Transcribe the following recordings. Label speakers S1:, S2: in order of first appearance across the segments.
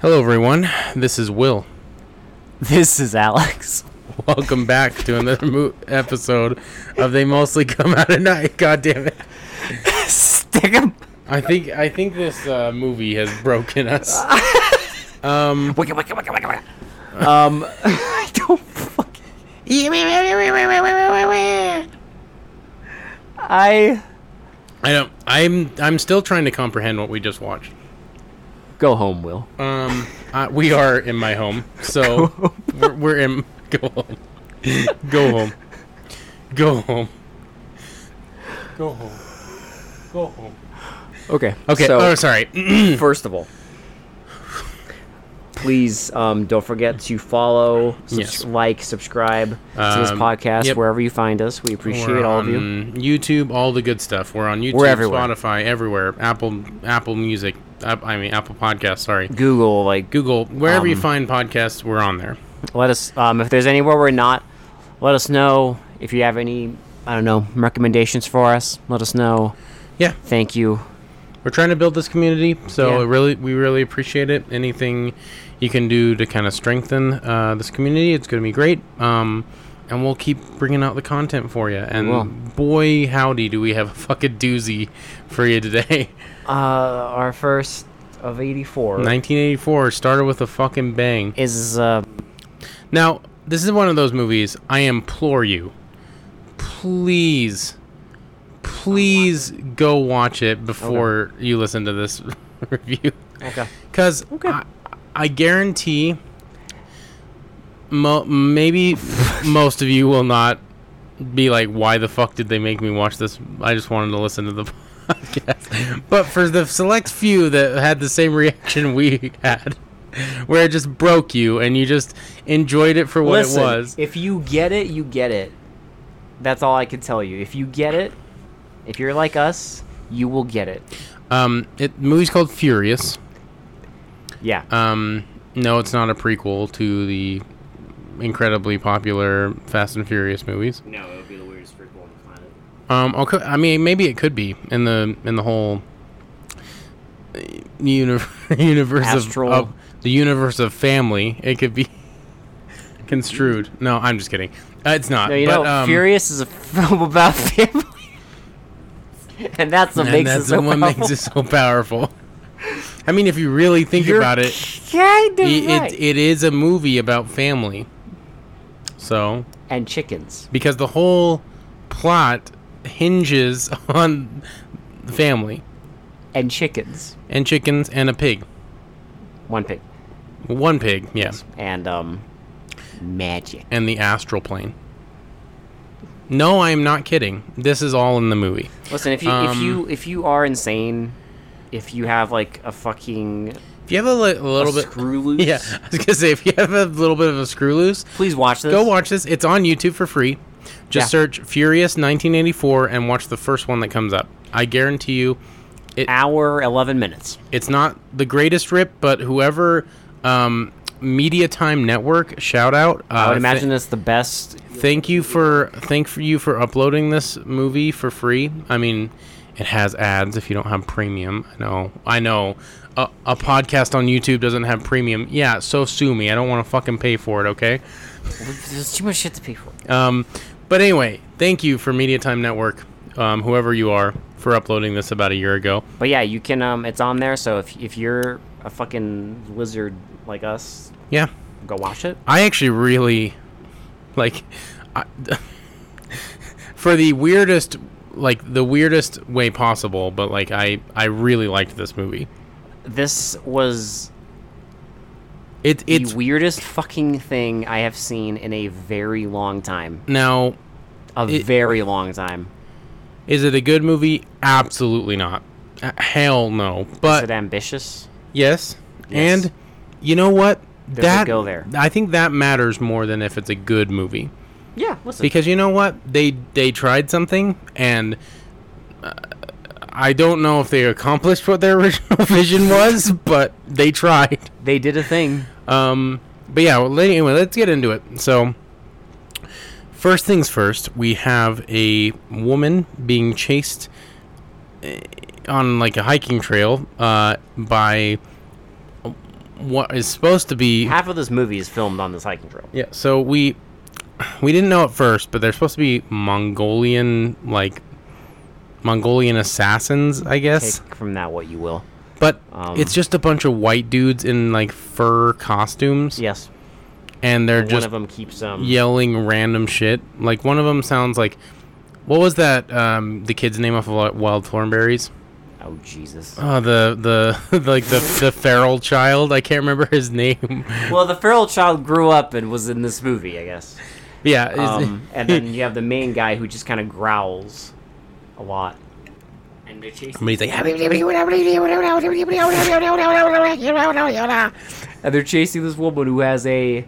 S1: Hello, everyone. This is Will.
S2: This is Alex.
S1: Welcome back to another mo- episode of They Mostly Come Out at Night. God damn it!
S2: Stick 'em.
S1: I think I think this uh, movie has broken us. Um,
S2: Wicka, wicka, wicka, wicka, wicka. Um, I don't fucking. I
S1: I don't. I'm I'm still trying to comprehend what we just watched.
S2: go home, Will.
S1: Um, uh, we are in my home, so we're, we're in. Go home. Go home. Go home. Go home. Go home.
S2: Okay.
S1: Okay.
S2: So,
S1: oh, sorry.
S2: first of all, please um, don't forget to follow, subs-
S1: Yes.
S2: like, subscribe to this
S1: Um,
S2: podcast
S1: yep.
S2: wherever you find us. We appreciate all of you.
S1: on um, YouTube, all the good stuff. We're on YouTube,
S2: We're everywhere.
S1: Spotify, everywhere. Apple, Apple Music. App, I mean, Apple Podcasts. Sorry,
S2: Google, like,
S1: Google. Wherever you
S2: Um,
S1: find podcasts, we're on there.
S2: let us um, if there's anywhere we're not let us know if you have any i don't know recommendations for us let us know
S1: Yeah,
S2: thank you
S1: we're trying to build this community, so
S2: Yeah.
S1: it really, we really appreciate it. Anything you can do to kind of strengthen uh, this community, it's going to be great. Um, and we'll keep bringing out the content for you. And
S2: will.
S1: boy, howdy, do we have a fucking doozy for you today.
S2: uh, our first of 84
S1: 1984 started with a fucking bang.
S2: is uh,
S1: Now, this is one of those movies. I implore you, please, please go watch it before you listen to this review,
S2: okay
S1: because I, I guarantee, mo- maybe most of you will not be like, "Why the fuck did they make me watch this?" I just wanted to listen to the podcast. But for the select few that had the same reaction we had. Where it just broke you, and you just enjoyed it for what
S2: Listen,
S1: it was.
S2: if you get it you get it that's all i can tell you if you get it if you're like us you will get it
S1: Um, it the movie's called Furious.
S2: yeah
S1: Um, no, it's not a prequel to the incredibly popular Fast and Furious movies.
S2: no it would be the weirdest prequel on the planet
S1: Um, okay, I mean, maybe it could be in the in the whole uni- universe
S2: Astral.
S1: of, of the universe of family. It could be construed. No, I'm just kidding. Uh, it's not.
S2: no you
S1: but,
S2: know
S1: um,
S2: furious is a film about family and that's what
S1: and
S2: makes it
S1: that's
S2: so
S1: what makes it so powerful. I mean, if you really think
S2: You're
S1: about it,
S2: Kind of
S1: it,
S2: right.
S1: it, it is a movie about family. So,
S2: and chickens.
S1: because the whole plot hinges on the family
S2: And chickens.
S1: and chickens and a pig.
S2: One pig.
S1: One pig, yeah,
S2: And, um, magic.
S1: and the astral plane. No, I am not kidding. This is all in the movie.
S2: Listen, if you, if
S1: Um,
S2: you, if you are insane, if you have, like, a fucking
S1: If you have a, li- a
S2: a
S1: little bit,
S2: screw loose,
S1: yeah, I was gonna say if you have a little bit of a screw loose,
S2: please watch this.
S1: go watch this. It's on YouTube for free. Just
S2: Yeah.
S1: search Furious 1984 and watch the first one that comes up. I guarantee you,
S2: Hour, 11 minutes.
S1: It's not the greatest rip, but whoever um, Media Time Network shout out. Uh,
S2: I would
S1: thi-
S2: imagine that's the best.
S1: thank you for thank for you for uploading this movie for free. I mean, it has ads if you don't have premium. I know. I know. A, a podcast on YouTube doesn't have premium. Yeah, so sue me. I don't want to fucking pay for it. Okay.
S2: There's too much shit to pay for.
S1: Um, but anyway, thank you for Media Time Network, um, whoever you are, for uploading this about a year ago.
S2: But yeah, you can, um, it's on there, so if, if you're a fucking lizard like us,
S1: Yeah,
S2: go watch it.
S1: I actually really like I, for the weirdest like the weirdest way possible, but like I I really liked this movie.
S2: This was
S1: It it's
S2: the weirdest fucking thing I have seen in a very long time.
S1: now
S2: a
S1: It-
S2: very long time.
S1: is it a good movie? Absolutely not. Uh, hell no.
S2: Is
S1: But
S2: it ambitious?
S1: yes.
S2: Yes.
S1: And you know what?
S2: a
S1: that
S2: go there.
S1: I think that matters more than if it's a good movie.
S2: Yeah, listen.
S1: because you know what they they tried something and uh, i don't know if they accomplished what their original vision was but they tried
S2: they did a thing.
S1: um but yeah well, let- anyway let's get into it so first things first we have a woman being chased eh, on like a hiking trail uh by what is supposed to be
S2: Half of this movie is filmed on this hiking trail.
S1: Yeah, so we we didn't know at first, but they're supposed to be Mongolian like Mongolian assassins, I guess.
S2: Take from that what you will.
S1: But
S2: Um,
S1: it's just a bunch of white dudes in like fur costumes
S2: Yes.
S1: and they're
S2: One
S1: just
S2: of them keeps um.
S1: yelling random shit. Like one of them sounds like what was that um the kid's name off of Wi- Wild Thornberries?
S2: Oh Jesus.
S1: Oh, the the like the the feral child. I can't remember his name.
S2: Well, the feral child grew up and was in this movie, I guess.
S1: yeah, is-
S2: Um, and then you have the main guy who just kind of growls a lot. And they're chasing.
S1: but he's like
S2: And they're chasing this woman who has a.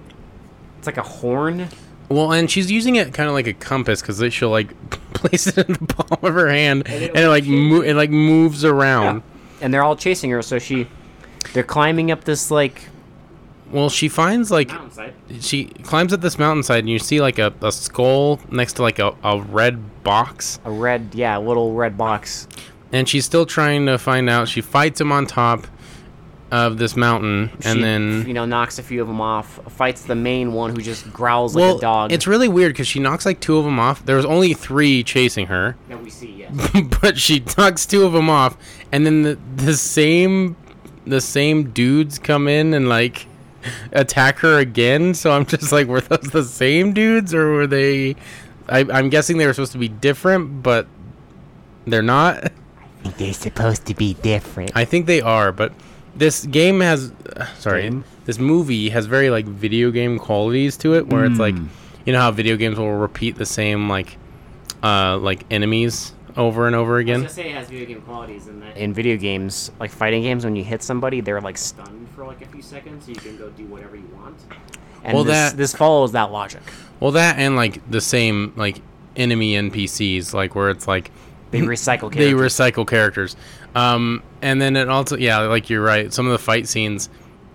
S2: It's like a horn.
S1: Well, and she's using it kind of like a compass because she'll like place it in the palm of her hand, and
S2: it
S1: it, like mo- it like moves around.
S2: And they're all chasing her, so she. They're climbing up this like.
S1: Well, she finds like
S2: Mountainside.
S1: she climbs up this mountainside, and you see like a, a skull next to like a, a red box,
S2: A red, yeah, little red box.
S1: and she's still trying to find out. She fights him on top of this mountain, and
S2: She,
S1: then
S2: you know knocks a few of them off. Fights the main one who just growls
S1: well,
S2: like a dog.
S1: it's really weird because she knocks like two of them off. There was only three chasing her.
S2: that we see. Yes.
S1: but she knocks two of them off, and then the, the same the same dudes come in and like attack her again. So I'm just like, were those the same dudes, or were they? I, I'm guessing they were supposed to be different, but they're not.
S2: They're supposed to be different.
S1: I think they are, but this game has uh, sorry,
S2: Game?
S1: this movie has very like video game qualities to it where it's like you know how video games will repeat the same like uh like enemies over and over again.
S2: say it has video game qualities in that. In video games, like fighting games, when you hit somebody, they're like stunned for like a few seconds, so you can go do whatever you want. And
S1: Well,
S2: this,
S1: that-
S2: this follows that logic.
S1: Well, that and like the same like enemy NPCs, like where it's like
S2: They recycle
S1: they
S2: characters.
S1: recycle characters. Um, and then it also, yeah, like you're right. Some of the fight scenes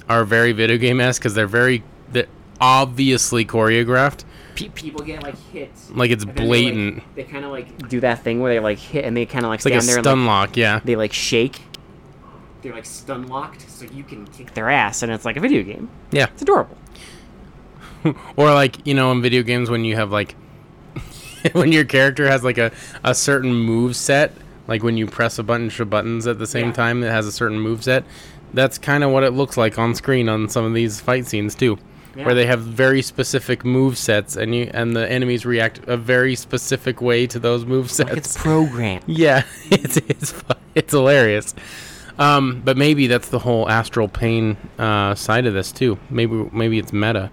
S1: are very video game esque because they're very they're obviously choreographed.
S3: pe- people get like hit.
S1: Like it's
S3: and then they, like-
S1: blatant,
S3: They kind of like
S2: do that thing where they like hit and they kind of like
S1: it's like
S2: stand
S1: a
S2: there
S1: stun
S2: and like,
S1: lock. Yeah,
S2: they like shake
S3: they're like stun locked, so you can kick them.
S2: their ass, and it's like a video game.
S1: yeah.
S2: It's adorable.
S1: Or like you know in video games when you have like when your character has like a a certain move set. Like when you press a bunch of buttons at the same
S3: Yeah.
S1: time, it has a certain move set. That's kind of what it looks like on screen on some of these fight scenes too,
S3: Yeah.
S1: where they have very specific move sets, and you and the enemies react a very specific way to those move sets.
S2: Like it's programmed.
S1: Yeah, it's it's fu- it's hilarious. Um, but maybe that's the whole astral pain uh, side of this too. Maybe maybe it's meta.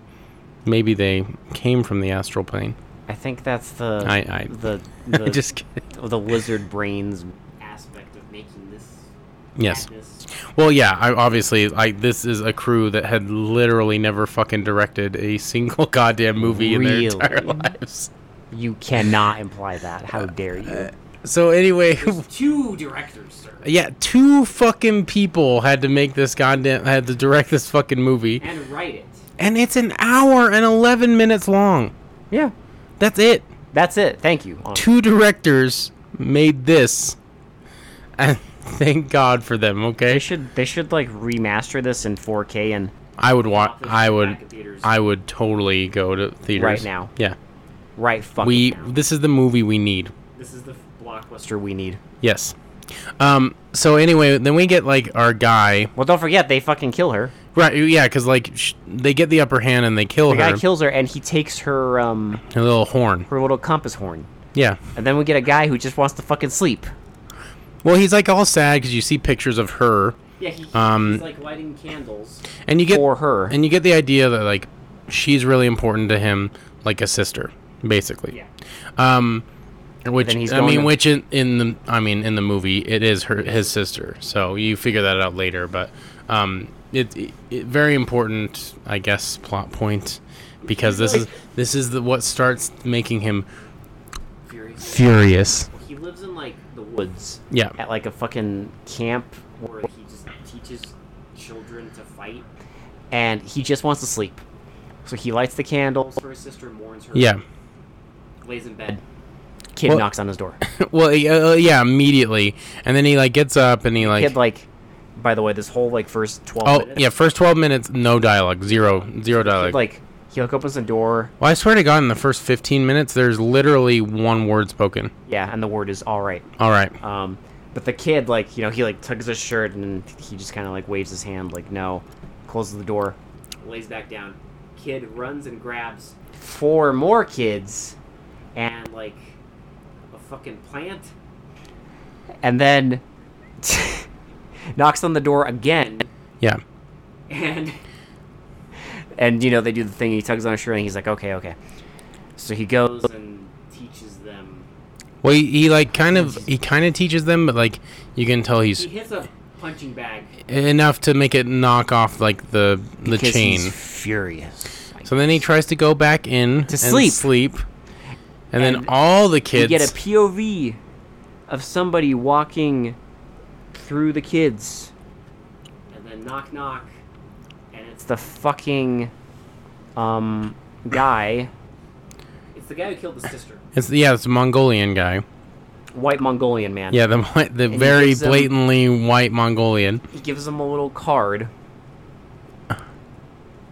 S1: Maybe they came from the astral plane.
S2: I think that's the
S1: I- I-
S2: the the,
S1: Just kidding.
S2: the lizard brains.
S3: Aspect of making this.
S1: yes.
S3: madness.
S1: Well, yeah. I, obviously, I this is a crew that had literally never fucking directed a single goddamn movie in their entire
S2: Really?
S1: lives.
S2: You cannot imply that.
S1: Uh,
S2: How dare you?
S1: So anyway,
S3: Two directors, sir,
S1: yeah, two fucking people had to make this goddamn had to direct this fucking movie,
S3: and write it.
S1: and it's an hour and eleven minutes long.
S2: Yeah,
S1: That's it.
S2: that's it. Thank you.
S1: Two directors made this, and thank God for them.
S2: They
S1: Okay,
S2: should they should like remaster this in 4K and
S1: I would watch.
S3: Drop this
S1: I
S3: back
S1: would.
S3: in theaters.
S1: I would totally go to theaters
S2: Right now.
S1: Yeah,
S2: right fucking
S1: we.
S2: now.
S1: This is the movie we need.
S3: This is the f- blockbuster.
S2: Sure we need.
S1: Yes. Um. So anyway, then we get like our guy.
S2: Well, don't forget they fucking kill her.
S1: Right. Yeah. Because like sh- they get the upper hand and they kill
S2: The
S1: her.
S2: guy kills her and he takes her um
S1: her little horn.
S2: her little compass horn.
S1: Yeah.
S2: And then we get a guy who just wants to fucking sleep.
S1: Well, he's like all sad because you see pictures of her,
S3: Yeah, he,
S1: Um,
S3: he's like lighting candles.
S1: and you get
S2: for her.
S1: and you get the idea that like she's really important to him, like a sister, basically.
S3: Yeah,
S1: Um, which
S2: then he's
S1: I
S2: going
S1: mean,
S2: to-
S1: which in, in the I mean in the movie it is her his sister. So you figure that out later, but um, it, it, it- very important I guess plot point because this is this is the what starts making him
S3: furious.
S1: furious.
S3: He lives in like the woods
S1: Yeah,
S2: at like a fucking camp
S3: where he just teaches children to fight.
S2: and he just wants to sleep. So he lights the candle,
S3: Her sister mourns her.
S1: yeah.
S3: lays in bed.
S2: kid
S1: Well-
S2: knocks on his door.
S1: Well, uh, yeah, immediately, and then he like gets up and he like
S2: kid like by the way, this whole like first twelve.
S1: Oh
S2: minutes,
S1: yeah, first twelve minutes, no dialogue, zero, zero dialogue.
S2: like he like opens the door.
S1: well, I swear to God, in the first fifteen minutes, there's literally one word spoken.
S2: Yeah, and the word is all right.
S1: All right,
S2: Um, but the kid, like, you know, he like tugs his shirt and he just kind of like waves his hand, like, no, closes the door.
S3: Lays back down. Kid runs and grabs
S2: Four more kids,
S3: and like a fucking plant.
S2: and then knocks on the door again.
S1: yeah,
S3: And
S2: And you know, they do the thing. He tugs on his shirt and he's like, okay, okay. So he goes.
S3: goes and teaches them.
S1: Well, he, he like kind of he kind of teaches them, but like you can tell he's
S3: He hits a punching bag.
S1: enough to make it knock off like the the
S2: because
S1: chain.
S2: He's furious.
S1: So then he tries to go back in
S2: To
S1: and
S2: sleep.
S1: sleep, and, then
S2: And
S1: all the
S2: You
S1: kids.
S2: get a POV of somebody walking through the kids.
S3: And then knock knock. And it's
S2: It's
S3: the
S2: the fucking um guy,
S3: it's the guy who killed the sister.
S1: it's yeah, it's a Mongolian guy.
S2: white Mongolian man.
S1: Yeah, the mo- the
S2: he
S1: very
S2: gives them-
S1: blatantly white Mongolian.
S2: He gives him a little card.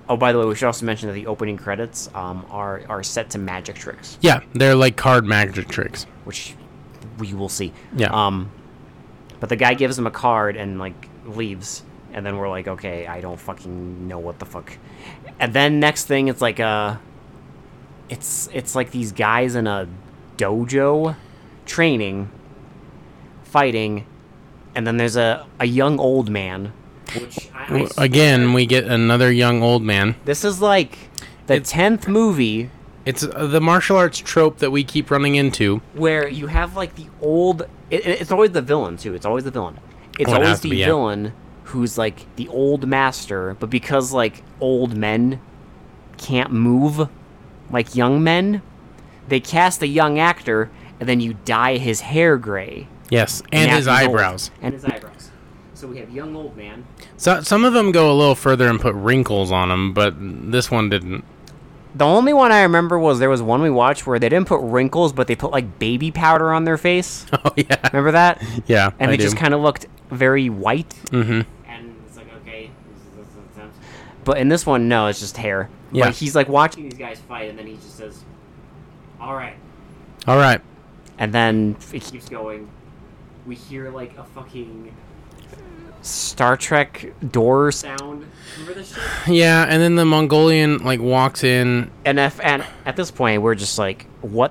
S2: Oh, by the way, we should also mention that the opening credits um, are are set to magic tricks,
S1: Yeah, they're like card magic tricks.
S2: which we will see.
S1: Yeah.
S2: Um, but the guy gives him a card and like leaves, and then we're like, okay, I don't fucking know what the fuck. And then next thing, it's like uh it's it's like these guys in a dojo, training, fighting, and then there's a a young old man
S3: Which I, I
S1: W-
S3: swear-
S1: Again, we get another young old man.
S2: This is like the
S1: It's-
S2: tenth movie
S1: It's uh, the martial arts trope that we keep running into.
S2: where you have like the old. It, it- it's always the villain too. It's always the villain. It's
S1: Well, Oh, it
S2: always
S1: has to
S2: the
S1: be, yeah.
S2: villain who's like the old master, but because like old men can't move like young men, they cast a young actor and then you dye his hair gray
S1: Yes, and
S2: now
S1: his
S2: he's old.
S1: eyebrows.
S3: and
S2: And
S3: his eyebrows. So we have young old man.
S1: So some of them go a little further and put wrinkles on them, but this one didn't.
S2: the only one I remember was there was one we watched where they didn't put wrinkles, but they put like baby powder on their face.
S1: Oh yeah,
S2: Remember that?
S1: yeah.
S2: And
S1: I
S2: they
S1: do. Mm-hmm.
S2: just kind of looked very white.
S3: And it's like okay, this is, this is, this is-
S2: But in this one, no, it's just hair.
S1: Yeah.
S2: But he's like watching,
S3: these guys fight, and then he just says, "All right."
S1: All right.
S2: and then
S3: It keeps going. We hear like a fucking
S2: Star Trek doors,
S3: sound. Remember this shit?
S1: Yeah, and then the Mongolian like walks in.
S2: and if, and at this point, we're just like, what,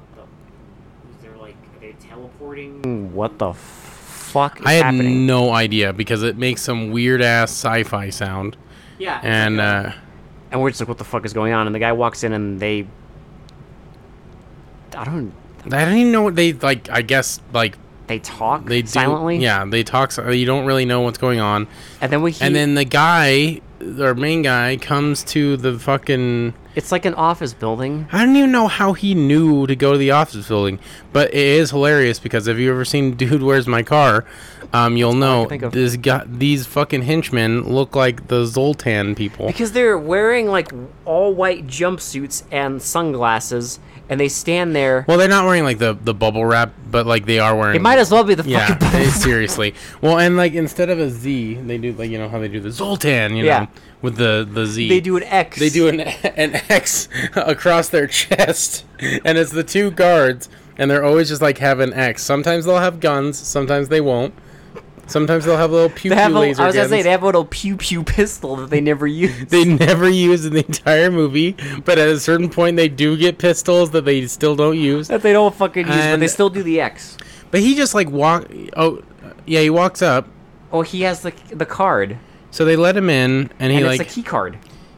S3: They're like, are they teleporting?
S2: what the fuck is
S1: I had
S2: happening?
S1: no idea because it makes some weird ass sci-fi sound,
S2: Oh
S3: Yeah. it's
S1: and
S3: like a-
S1: uh,
S2: and we're just like, what the fuck is going on? And the guy walks in, and they, I don't,
S1: I don't even know what they like. I guess like
S2: they talk
S1: they do,
S2: silently,
S1: Yeah, they talk. si- You don't really know what's going on,
S2: and then we, hear,
S1: and then the guy, our main guy, comes to the fucking.
S2: it's like an office building.
S1: I don't even know how he knew to go to the office building, but it is hilarious because if you ever seen Dude Where's My Car, um, you'll know
S2: think of.
S1: this guy, these fucking henchmen look like the Zoltan people.
S2: Because they're wearing like all white jumpsuits and sunglasses, and they stand there.
S1: Well, they're not wearing like the, the bubble wrap, but like they are wearing.
S2: It might as well be the
S1: Yeah,
S2: fucking
S1: they- seriously. Well, and like instead of a Z, they do like you know how they do the Zoltan, you know,
S2: Yeah.
S1: with the the Z.
S2: They do an X.
S1: They do an an X across their chest, and it's the two guards, and they're always just like have an X. Sometimes they'll have guns, sometimes they won't. Sometimes they'll have little pew
S2: They
S1: pew
S2: have a, I was
S1: laser
S2: gonna
S1: guns.
S2: say they have a little pew pew pistol that they never use.
S1: they never use in the entire movie, but at a certain point they do get pistols that they still don't use.
S2: that they don't fucking use, but they
S1: And-
S2: still do the X.
S1: But he just like walk. Oh, yeah, he walks up.
S2: Oh, he has the the card,
S1: So they let him in, and he
S2: and
S1: like
S2: it's a key card,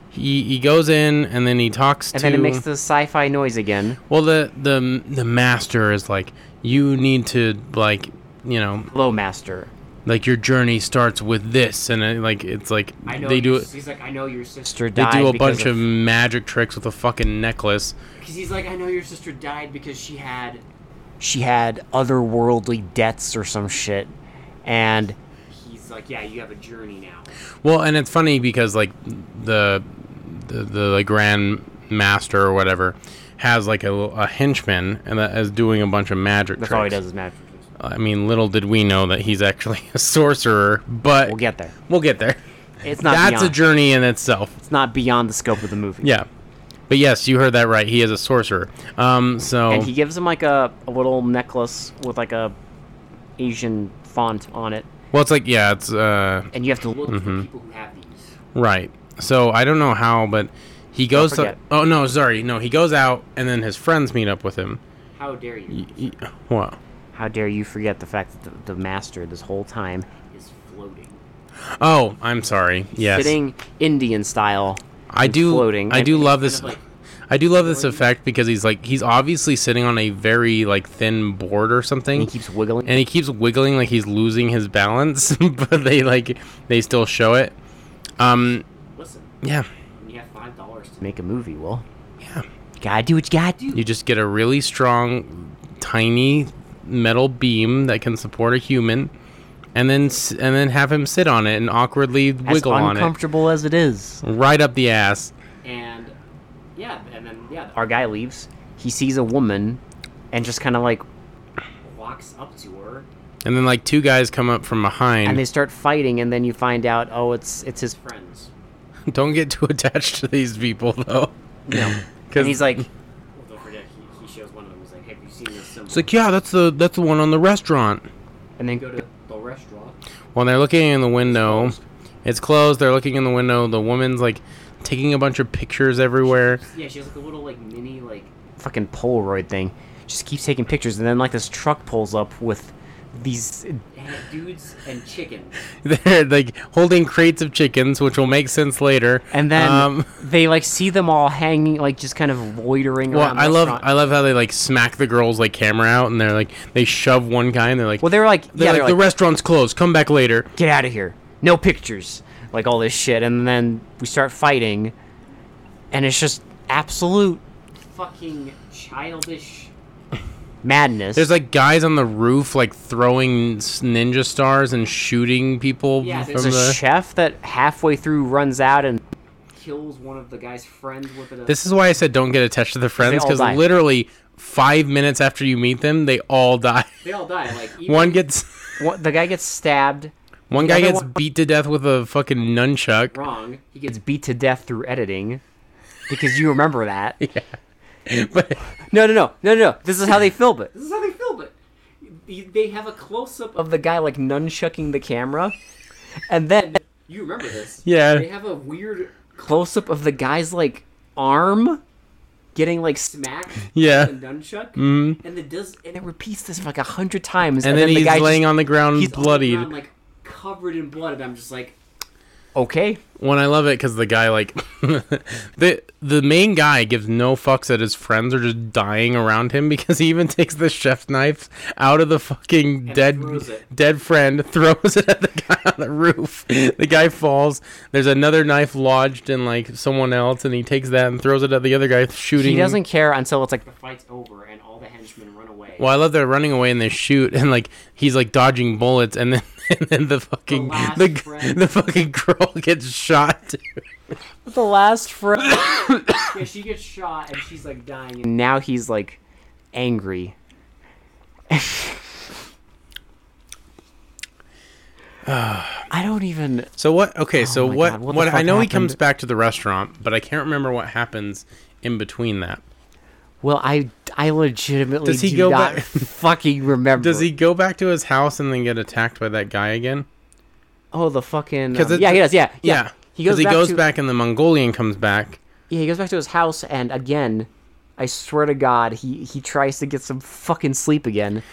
S1: he, he goes in, and then he talks
S2: and
S1: to.
S2: then it makes the sci-fi noise again.
S1: well, the the the master is like, you need to like, you know,
S2: Hello, master.
S1: like your journey starts with this, and it, like it's like
S3: I know
S1: they do
S3: your-
S1: it.
S3: He's like, I know your sister.
S2: Master
S1: They
S2: died
S1: do a
S2: because
S1: bunch of, magic tricks with a fucking necklace.
S3: Because he's like, I know your sister died because she had.
S2: she had otherworldly debts or some shit, and
S3: He's like, yeah, you have a journey now.
S1: Well, and it's funny because like the the the, the grand master or whatever has like a, a henchman and that is doing a bunch of magic
S2: that's
S1: tricks.
S2: all he does is magic.
S1: I mean, little did we know that he's actually a sorcerer, but
S2: We'll
S1: we'll get,
S2: get there.
S1: there.
S2: It's not
S1: That's
S2: beyond,
S1: a journey in itself.
S2: it's not beyond the scope of the movie.
S1: Yeah. But yes, you heard that right. He is a sorcerer. Um, so
S2: And he gives him like a, a little necklace with like a Asian font on it,
S1: well, it's like yeah, it's uh,
S2: and you have to
S3: Look
S2: look.
S3: for people who have these.
S1: Right. So I don't know how, but he goes to.
S2: forget.
S1: Oh no, sorry. No, he goes out, and then his friends meet up with him.
S3: How dare you?
S1: Y- y- What?
S2: How dare you forget the fact that the, the master this whole time
S3: Is floating.
S1: Oh, I'm sorry. Yes,
S2: sitting Indian style.
S1: I
S2: and
S1: do.
S2: floating.
S1: I
S2: And
S1: do
S2: it's
S1: love
S3: kind
S1: this.
S3: of like-
S1: I do love this effect because he's like he's obviously sitting on a very like thin board or something.
S2: And he keeps wiggling.
S1: and he keeps wiggling like he's losing his balance, but they like they still show it. Um,
S3: Listen,
S1: yeah,
S3: when you have five dollars to make,
S2: Make a movie, Will.
S1: yeah.
S2: You gotta do what you gotta do.
S1: You just get a really strong, tiny metal beam that can support a human, and then s- and then have him sit on it and awkwardly
S2: As
S1: wiggle on it
S2: uncomfortable as it is.
S1: right up the ass.
S3: and yeah, and then yeah,
S2: Our guy leaves. He sees a woman, and just kind of like,
S3: walks up to her.
S1: And then like two guys come up from behind.
S2: and they start fighting, and then you find out, oh, it's it's his
S3: Friends.
S1: Don't get too attached to these people though. No,
S2: And he's like,
S3: Well, don't forget, he, he shows one of them. He's like, "Have you seen this symbol?"
S1: it's like yeah, that's the that's the one on the restaurant.
S2: and then
S3: go to the restaurant.
S1: When they're looking in the window, it's closed. They're looking in the window. The woman's like taking a bunch of pictures everywhere.
S3: Yeah, she has like a little like mini like
S2: fucking Polaroid thing. Just keeps taking pictures, and then like this truck pulls up with these.
S3: had dudes and chickens.
S1: They're like holding crates of chickens, which will make sense later.
S2: And then
S1: Um,
S2: they like see them all hanging, like just kind of loitering
S1: Well,
S2: around. the
S1: I love
S2: restaurant.
S1: I love how they like smack the girls like camera out, and they're like they shove one guy, and they're like,
S2: well, they were like,
S1: they're
S2: yeah,
S1: like,
S2: they're
S1: the
S2: like,
S1: restaurant's closed. Come back later.
S2: get out of here, no pictures, like all this shit, and then we start fighting, and it's just absolute
S3: Fucking childish.
S2: madness.
S1: There's like guys on the roof like throwing s- ninja stars and shooting people
S3: Yeah,
S1: from
S3: there's
S2: There's a
S1: the.
S2: chef that halfway through runs out and
S3: Kills one of the guy's friends with a.
S1: this is why I said don't get attached to the friends
S2: all
S1: because
S2: die.
S1: literally five minutes after you meet them, they all die.
S3: they all die. Like even,
S1: one gets
S2: what, the guy gets stabbed,
S1: one guy
S2: other
S1: gets
S2: one-
S1: beat to death with a fucking nunchuck.
S3: wrong. He
S2: gets
S3: gets
S2: beat to death through editing, because you remember that.
S1: but
S2: No, no, no, no, no. no. This is how they film it.
S3: This is how they film it. They- They have a close up of.
S2: Of the guy like nunchucking the camera, and then
S3: You remember this?
S1: Yeah.
S3: They have a weird
S2: close up of the guy's like arm getting like smacked.
S3: smack.
S1: Yeah. Mm-hmm.
S3: with The nunchuck. Mm. And the does and,
S2: It repeats this like a hundred times,
S1: and, then,
S2: the guy
S1: he's laying
S2: just,
S1: on the ground
S2: he's on the
S1: bloodied.
S3: I'm like covered in blood, and I'm just like,
S2: okay.
S1: when I love it because the guy like the the main guy gives no fucks that his friends are just dying around him because he even takes the chef's knife out of the fucking dead
S3: throws it.
S1: dead friend, throws it at the guy on the roof. The guy falls. There's another knife lodged in like someone else, and he takes that and throws it at the other guy, shooting.
S2: He doesn't care until it's like
S3: the fight's over, and all the henchmen run away.
S1: Well, I love they're running away and they shoot, and like he's like dodging bullets, and then and then the fucking
S3: last
S1: the
S3: friend.
S1: the fucking girl gets shot.
S2: the last frame.
S3: Yeah, she gets shot, and she's like dying. And
S2: and now he's like angry. I don't even.
S1: So what? Okay, so
S2: Oh my
S1: what?
S2: God,
S1: What,
S2: what the
S1: I
S2: fuck
S1: know he comes
S2: happened?
S1: back to the restaurant, but I can't remember what happens in between that.
S2: Well, I I legitimately
S1: Does he
S2: do
S1: go
S2: not
S1: back-
S2: fucking remember.
S1: Does he go back to his house and then get attacked by that guy again?
S2: Oh, the fucking.
S1: 'Cause
S2: um,
S1: it-
S2: yeah, he does. Yeah, yeah.
S1: Yeah,
S2: He goes.
S1: he
S2: back
S1: goes
S2: to,
S1: back and the Mongolian comes back.
S2: Yeah, he goes back to his house, and again, I swear to God, he he tries to get some fucking sleep again.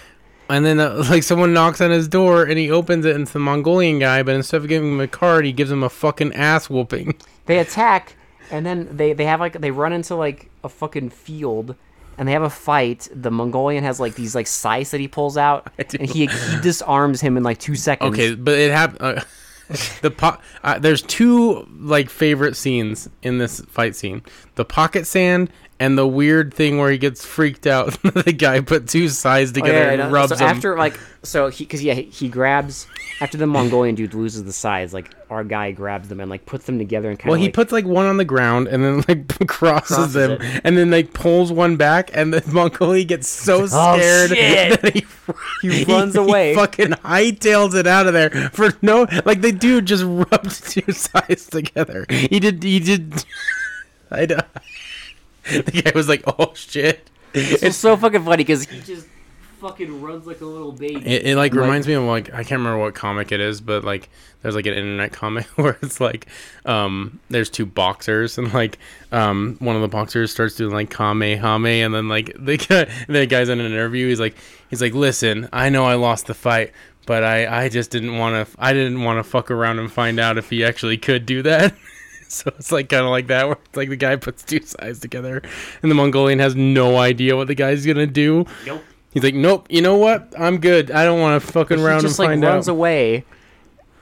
S1: And then, uh, like, someone knocks on his door, and he opens it, and it's the Mongolian guy. But instead of giving him a card, he gives him a fucking ass whooping.
S2: They attack, and then they they have like they run into like a fucking field. And they have a fight. The Mongolian has like these like scythes that he pulls out,
S1: do.
S2: and he, he disarms him in like two seconds.
S1: Okay, but it happened. Uh, the po- uh, there's two like favorite scenes in this fight scene: the pocket sand and the weird thing where he gets freaked out. the guy put two sides
S2: Oh, yeah,
S1: together
S2: I know.
S1: and rubs
S2: so
S1: them.
S2: after like so he because yeah he- he grabs after the Mongolian dude loses the sides like our guy grabs them and like puts them together and kind of
S1: well, he puts like one on the ground and then like crosses,
S2: Crosses
S1: them,
S2: it.
S1: and then like pulls one back, and the Mongoli gets so
S2: Oh,
S1: scared
S2: shit.
S1: that he,
S2: He runs away.
S1: fucking hightails it out of there for no like the dude just rubbed two sides together. He did. He did. I know. The guy was like, "Oh shit."
S2: it's
S1: It's,
S2: so fucking funny because
S3: He just fucking runs like a little baby.
S1: it, it like reminds me of like I can't remember what comic it is, but like there's like an internet comic where it's like um there's two boxers and like um one of the boxers starts doing like kamehame and then like the guy, the guy's in an interview he's like he's like listen I know I lost the fight but I I just didn't want to I didn't want to fuck around and find out if he actually could do that. So it's like kind of like that, where it's like the guy puts two sides together, and the Mongolian has no idea what the guy's gonna do.
S3: nope.
S1: He's like, nope. You know what? I'm good. I don't want to fucking
S2: he
S1: round and
S2: just like
S1: find
S2: runs
S1: out.
S2: away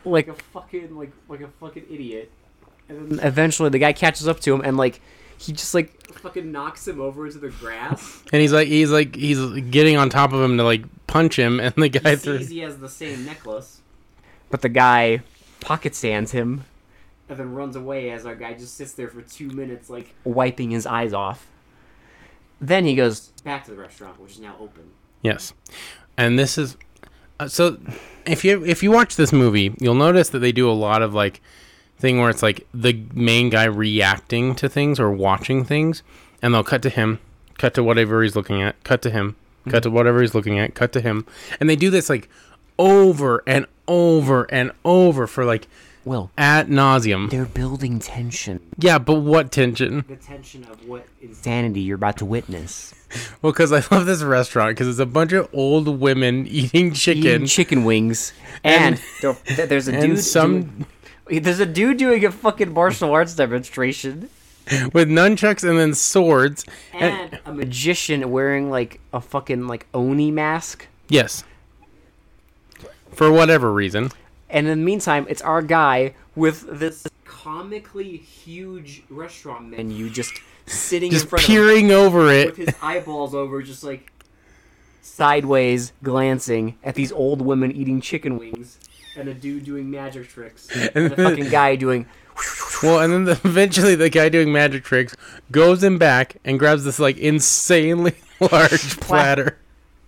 S2: like
S3: Like a fucking like like a fucking idiot. And then
S2: and eventually the guy catches up to him and like he just like
S3: fucking knocks him over into the grass.
S1: And he's like, he's like, he's getting on top of him to like punch him, and the guy
S3: He
S1: threw.
S3: sees he has the same necklace,
S2: but the guy pocket stands him
S3: and then runs away as our guy just sits there for two minutes, like
S2: wiping his eyes off then he goes
S3: back to the restaurant, which is now open.
S1: Yes, and this is uh, so. If you if you watch this movie, you'll notice that they do a lot of like thing where it's like the main guy reacting to things or watching things, and they'll cut to him, cut to whatever he's looking at, cut to him, cut to whatever he's looking at, cut to him, and they do this like over and over and over for like
S2: well
S1: at nauseum.
S2: they're building tension
S1: Yeah, but what tension?
S3: The tension of what is
S2: insanity you're about to witness
S1: Well, because I love this restaurant because it's a bunch of old women eating chicken.
S2: eating chicken wings and, there- there's a
S1: and
S2: dude
S1: some
S2: doing- there's a dude doing a fucking martial arts demonstration
S1: with nunchucks and then swords. And,
S3: and a magi-
S2: magician wearing like a fucking like oni mask
S1: yes, for whatever reason,
S2: and in the meantime it's our guy with this
S3: comically huge restaurant
S2: and
S3: menu
S2: you just sitting in
S1: just
S2: front of him
S1: peering over
S3: with
S1: it.
S3: his eyeballs over, just like
S2: sideways glancing at these old women eating chicken wings
S3: wings, and a dude doing magic tricks.
S1: And
S2: the fucking guy doing
S1: Well, and then the, eventually the guy doing magic tricks goes in back and grabs this like insanely large platter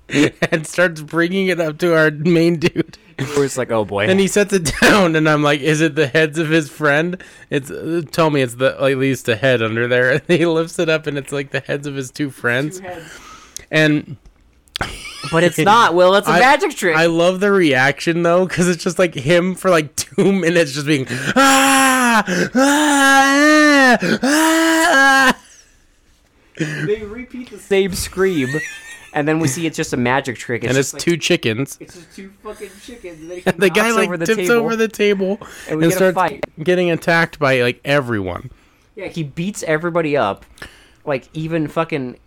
S1: and starts bringing it up to our main dude.
S2: where it's like oh boy
S1: And he sets it down, and I'm like, "Is it the heads of his friend?" It's uh, tell me it's the at least a head under there. And he lifts it up, and it's like the heads of his two friends.
S3: Two heads.
S1: And
S2: but it's not will it's a
S1: I-
S2: magic trick
S1: I love the reaction though, because it's just like him for like two minutes, just being ah ah ah. ah."
S3: They repeat the same.
S2: same scream and then we see it's just a magic trick it's
S1: And it's
S2: just like,
S1: two chickens.
S3: It's just two fucking chickens. And then he
S1: The guy
S2: knocks
S1: like
S2: over the
S1: tips
S2: table.
S1: over the table
S2: And
S1: and,
S2: we get a
S1: starts
S2: fight.
S1: getting attacked by like everyone.
S3: yeah, he
S2: he beats everybody up like even fucking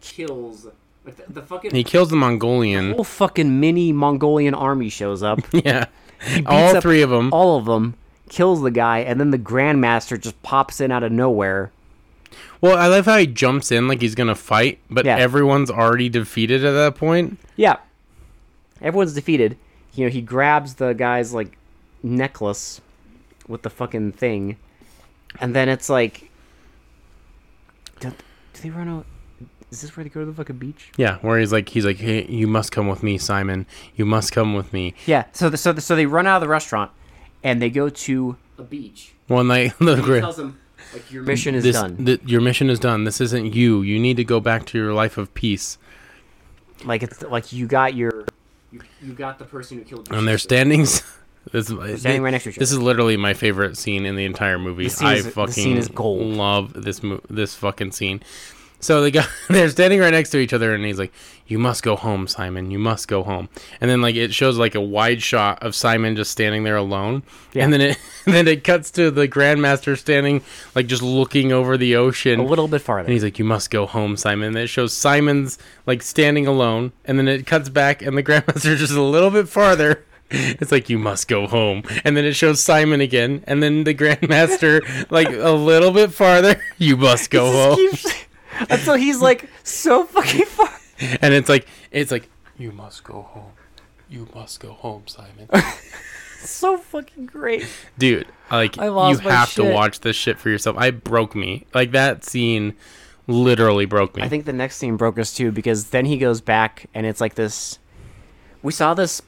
S3: kills like the, the fucking
S1: He kills the Mongolian.
S2: whole fucking mini Mongolian army shows up
S1: Yeah, all
S2: up
S1: three of them.
S2: all of them kills the guy and then the grandmaster just pops in out of nowhere
S1: Well, I love how he jumps in like he's gonna fight, but
S2: Yeah.
S1: everyone's already defeated at that point.
S2: yeah everyone's defeated you know he grabs the guy's like necklace with the fucking thing and then it's like do, do they run out is this where they go to the fucking beach
S1: Yeah, where he's like, he's like, hey, you must come with me, Simon. You must come with me.
S2: yeah so the, so the, so they run out of the restaurant and they go to
S3: a beach.
S1: One night, the
S3: He
S1: gri-
S3: tells him like your
S2: mission is
S1: this,
S2: done
S1: th- your mission is done. This isn't you. You need to go back to your life of peace.
S2: like it's like you got your
S3: You, you got the person who killed. your
S1: And they're
S3: sister.
S1: standing. s- This, is-
S2: standing right next to each
S1: This is literally my favorite scene in the entire movie.
S2: scene
S1: I
S2: is- the
S1: fucking
S2: scene is gold.
S1: love this mo- this fucking scene. So the guy they're standing right next to each other, and he's like, "You must go home, Simon. You must go home." And then like it shows like a wide shot of Simon just standing there alone, and then it then it cuts to the Grandmaster standing like just looking over the ocean.
S2: a little bit farther
S1: And he's like, "You must go home, Simon." And it shows Simon's like standing alone, and then it cuts back, and the grandmaster just a little bit farther. It's like you must go home, and then it shows Simon again, and then the grandmaster like a little bit farther. You must go home.
S2: Just keeps- until he's like so fucking far.
S1: and it's like it's like you must go home. You must go home, Simon.
S2: So fucking great.
S1: Dude, like
S2: I lost
S1: you
S2: my
S1: have to
S2: shit.
S1: watch this shit for yourself. I broke me. Like that scene literally broke me.
S2: I think the next scene broke us too because then he goes back and it's like this. We saw this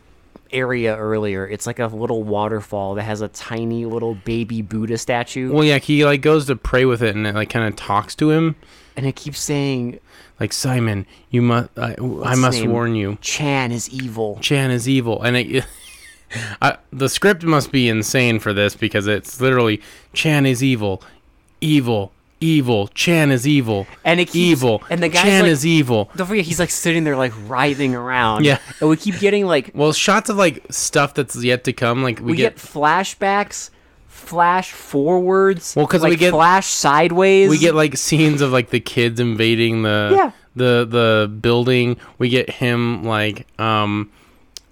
S2: area earlier. It's like a little waterfall that has a tiny little baby Buddha statue,
S1: well, yeah, he like goes to pray with it, and it like kind of talks to him,
S2: and it keeps saying
S1: like Simon, you must, I, I
S2: his
S1: must
S2: name?
S1: warn you.
S2: Chan is evil.
S1: Chan is evil, and it, I, the script must be insane for this because it's literally Chan is evil, evil, evil. Chan is evil,
S2: And it keeps-
S1: evil,
S2: and the guy's
S1: Chan
S2: like-
S1: is evil.
S2: Don't forget, he's like sitting there like writhing around.
S1: Yeah.
S2: and we keep getting like
S1: Well, shots of like stuff that's yet to come, like we,
S2: we
S1: get,
S2: get, flashbacks, flash forwards.
S1: Well, 'cause we
S2: like,
S1: get-
S2: flash sideways.
S1: we get like scenes of like the kids invading the
S2: Yeah.
S1: the the building. We get him like um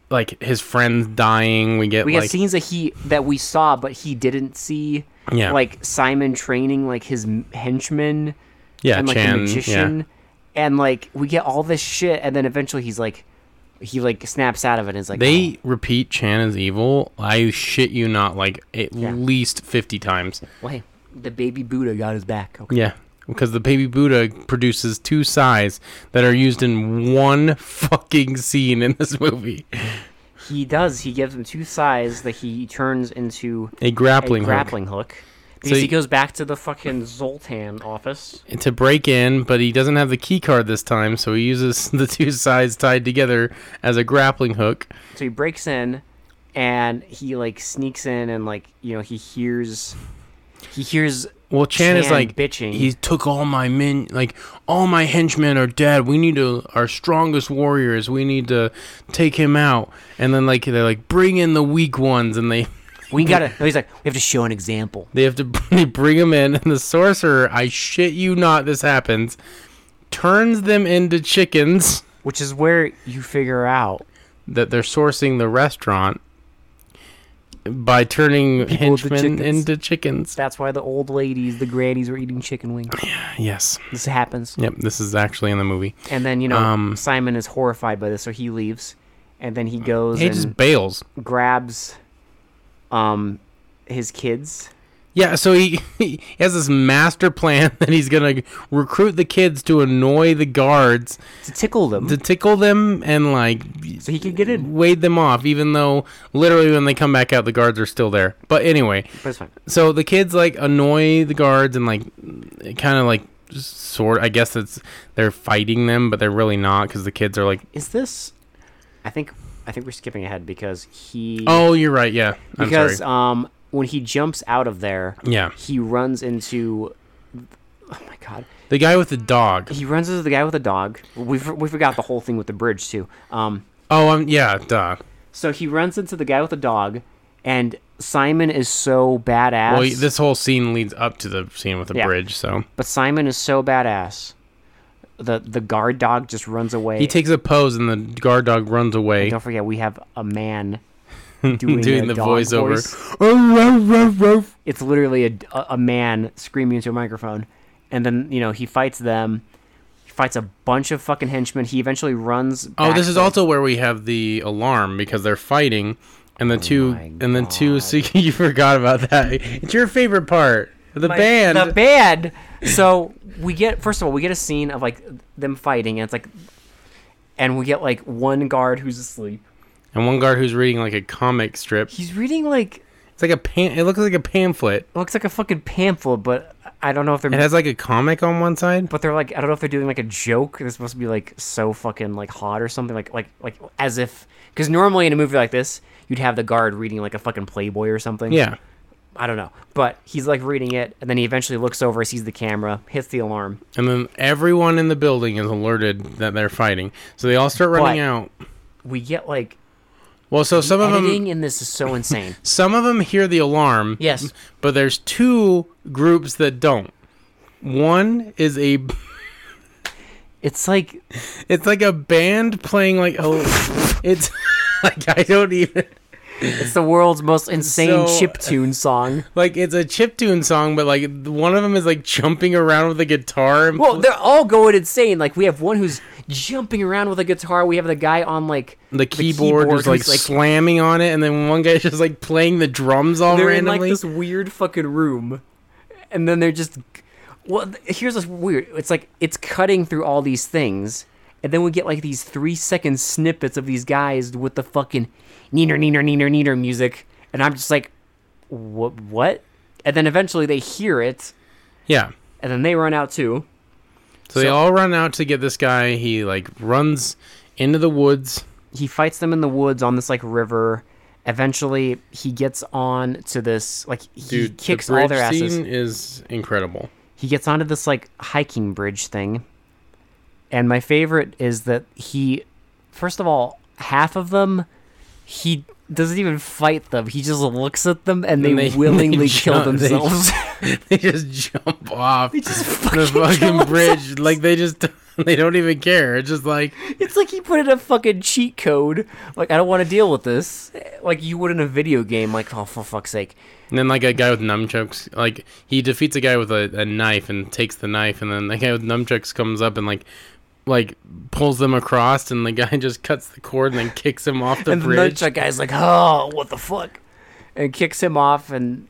S1: like his friends dying. We get
S2: we
S1: like
S2: got scenes that he that we saw but he didn't see
S1: Yeah.
S2: like simon training like his m- henchmen
S1: yeah,
S2: and like
S1: Chan,
S2: the magician and like we get all this shit and then eventually he's like he like snaps out of it and is like oh.
S1: They repeat Chan is evil. I shit you not, like at least fifty times.
S2: oh, wait the baby buddha got his back okay
S1: Yeah, because the baby Buddha produces two sighs that are used in one fucking scene in this movie.
S2: he does he gives him two sighs that he turns into
S1: A grappling,
S2: a
S1: grappling.
S2: grappling hook, because
S1: So
S2: he
S1: y-
S2: goes back to the fucking zoltan office
S1: hook to break in, but he doesn't have the key card this time, so he uses the two sides tied together as a grappling hook.
S2: so he breaks in and he like sneaks in and like you know he hears he hears
S1: Well, Chan, is
S2: Chan
S1: like
S2: bitching.
S1: He took all my men, like all my henchmen are dead. We need to our strongest warriors. We need to take him out. And then like they're like bring in the weak ones, and they
S2: We gotta. No, he's like, we have to show an example.
S1: they have to they bring him in. And the sorcerer, I shit you not, this happens, turns them into chickens
S2: Which is where you figure out
S1: that they're sourcing the restaurant by turning
S2: into
S1: henchmen
S2: chickens.
S1: into chickens.
S2: that's why the old ladies, the grannies, were eating chicken wings.
S1: Yes.
S2: This happens,
S1: Yep. This is actually in the movie.
S2: and then you know
S1: Um,
S2: Simon is horrified by this, so he leaves, and then he goes
S1: He
S2: and
S1: just bails.
S2: grabs, um, his kids.
S1: Yeah, so he, he has this master plan that he's gonna recruit the kids to annoy the guards,
S2: To tickle them,
S1: to tickle them and like
S2: so he could get in.
S1: wade them off. Even though literally when they come back out, the guards are still there. But anyway,
S2: But it's fine.
S1: so the kids like annoy the guards and like kind of like sort. I guess it's they're fighting them, but they're really not because the kids are like,
S2: Is this? I think I think we're skipping ahead because he
S1: oh, you're right, yeah, I'm
S2: because
S1: sorry,
S2: um when he jumps out of there,
S1: yeah,
S2: he runs into. Oh my god.
S1: the guy with the dog.
S2: he runs into the guy with a dog. We for- we forgot the whole thing with the bridge too. Um,
S1: Oh, um, yeah, duh.
S2: so he runs into the guy with a dog, and Simon is so badass.
S1: Well, this whole scene leads up to the scene with the
S2: Yeah.
S1: bridge, so.
S2: but Simon is so badass. The the guard dog just runs away.
S1: He takes a pose and the guard dog runs away,
S2: Don't forget, we have a man doing,
S1: doing
S2: a
S1: the
S2: dog
S1: voiceover.
S2: voice.
S1: "Ruff, ruff, ruff."
S2: It's literally a, a a man screaming into a microphone, and then you know he fights them. He fights a bunch of fucking henchmen. He eventually runs.
S1: Oh, this
S2: back
S1: is
S2: to-
S1: also where we have the alarm because they're fighting, and the two
S2: Oh my
S1: and the two. So you forgot about that. It's your favorite part, the
S2: Like,
S1: band.
S2: The band. So we get first of all, we get a scene of like them fighting, and it's like, and we get like one guard who's asleep.
S1: and one guard who's reading like a comic strip.
S2: He's reading like
S1: It's like a pan. It looks like a pamphlet.
S2: looks like a fucking pamphlet, but I don't know if they're.
S1: It has like a comic on one side.
S2: but they're like I don't know if they're doing like a joke. They're supposed to be like so fucking like hot or something like like like as if because normally in a movie like this you'd have the guard reading like a fucking Playboy or something.
S1: Yeah,
S2: I don't know. But he's like reading it, and then he eventually looks over, sees the camera, hits the alarm.
S1: and then everyone in the building is alerted that they're fighting, so they all start running
S2: But-
S1: out.
S2: We get like
S1: Well, so some of them
S2: editing in this is so insane.
S1: Some of them hear the alarm.
S2: Yes.
S1: But there's two groups that don't. One is a
S2: It's like
S1: it's like a band playing like oh it's like I don't even
S2: It's the world's most insane
S1: So-
S2: chip tune song.
S1: Like it's a chiptune song, but like one of them is like jumping around with a guitar. And
S2: Well, they're all going insane. Like we have one who's jumping around with a guitar. We have the guy on like
S1: the keyboard is
S2: who's,
S1: like, slamming on it, and then one guy's just like playing the drums all
S2: they're in
S1: randomly.
S2: like this weird fucking room, and then they're just. Well, th- here's what's weird. It's like it's cutting through all these things, and then we get like these three second snippets of these guys with the fucking neener neener neener neener music, and I'm just like, what what? And then eventually they hear it,
S1: yeah.
S2: and then they run out too.
S1: So, they
S2: So-
S1: all run out to get this guy. He like runs into the woods.
S2: he fights them in the woods on this like river. Eventually, he gets on to this like he
S1: Dude,
S2: kicks
S1: the bridge
S2: all their asses.
S1: scene is incredible.
S2: He gets onto this like hiking bridge thing, and my favorite is that he, first of all, half of them, he doesn't even fight them. He just looks at them and they,
S1: And they- they
S2: willingly kill
S1: jump- they
S2: themselves.
S1: they just jump off
S2: just
S1: the
S2: fucking kill
S1: fucking
S2: themselves.
S1: bridge. Like they just they don't even care. It's just like
S2: It's like he put in a fucking cheat code. Like I don't want to deal with this. Like you would in a video game. Like oh for fuck's sake.
S1: and then like a guy with nunchucks. Like he defeats a guy with a, a knife and takes the knife, and then the guy with nunchucks comes up and like like pulls them across, and the guy just cuts the cord and then kicks him off the
S2: and the
S1: bridge.
S2: nunchuck guy's like, "Oh, what the fuck?" and kicks him off, and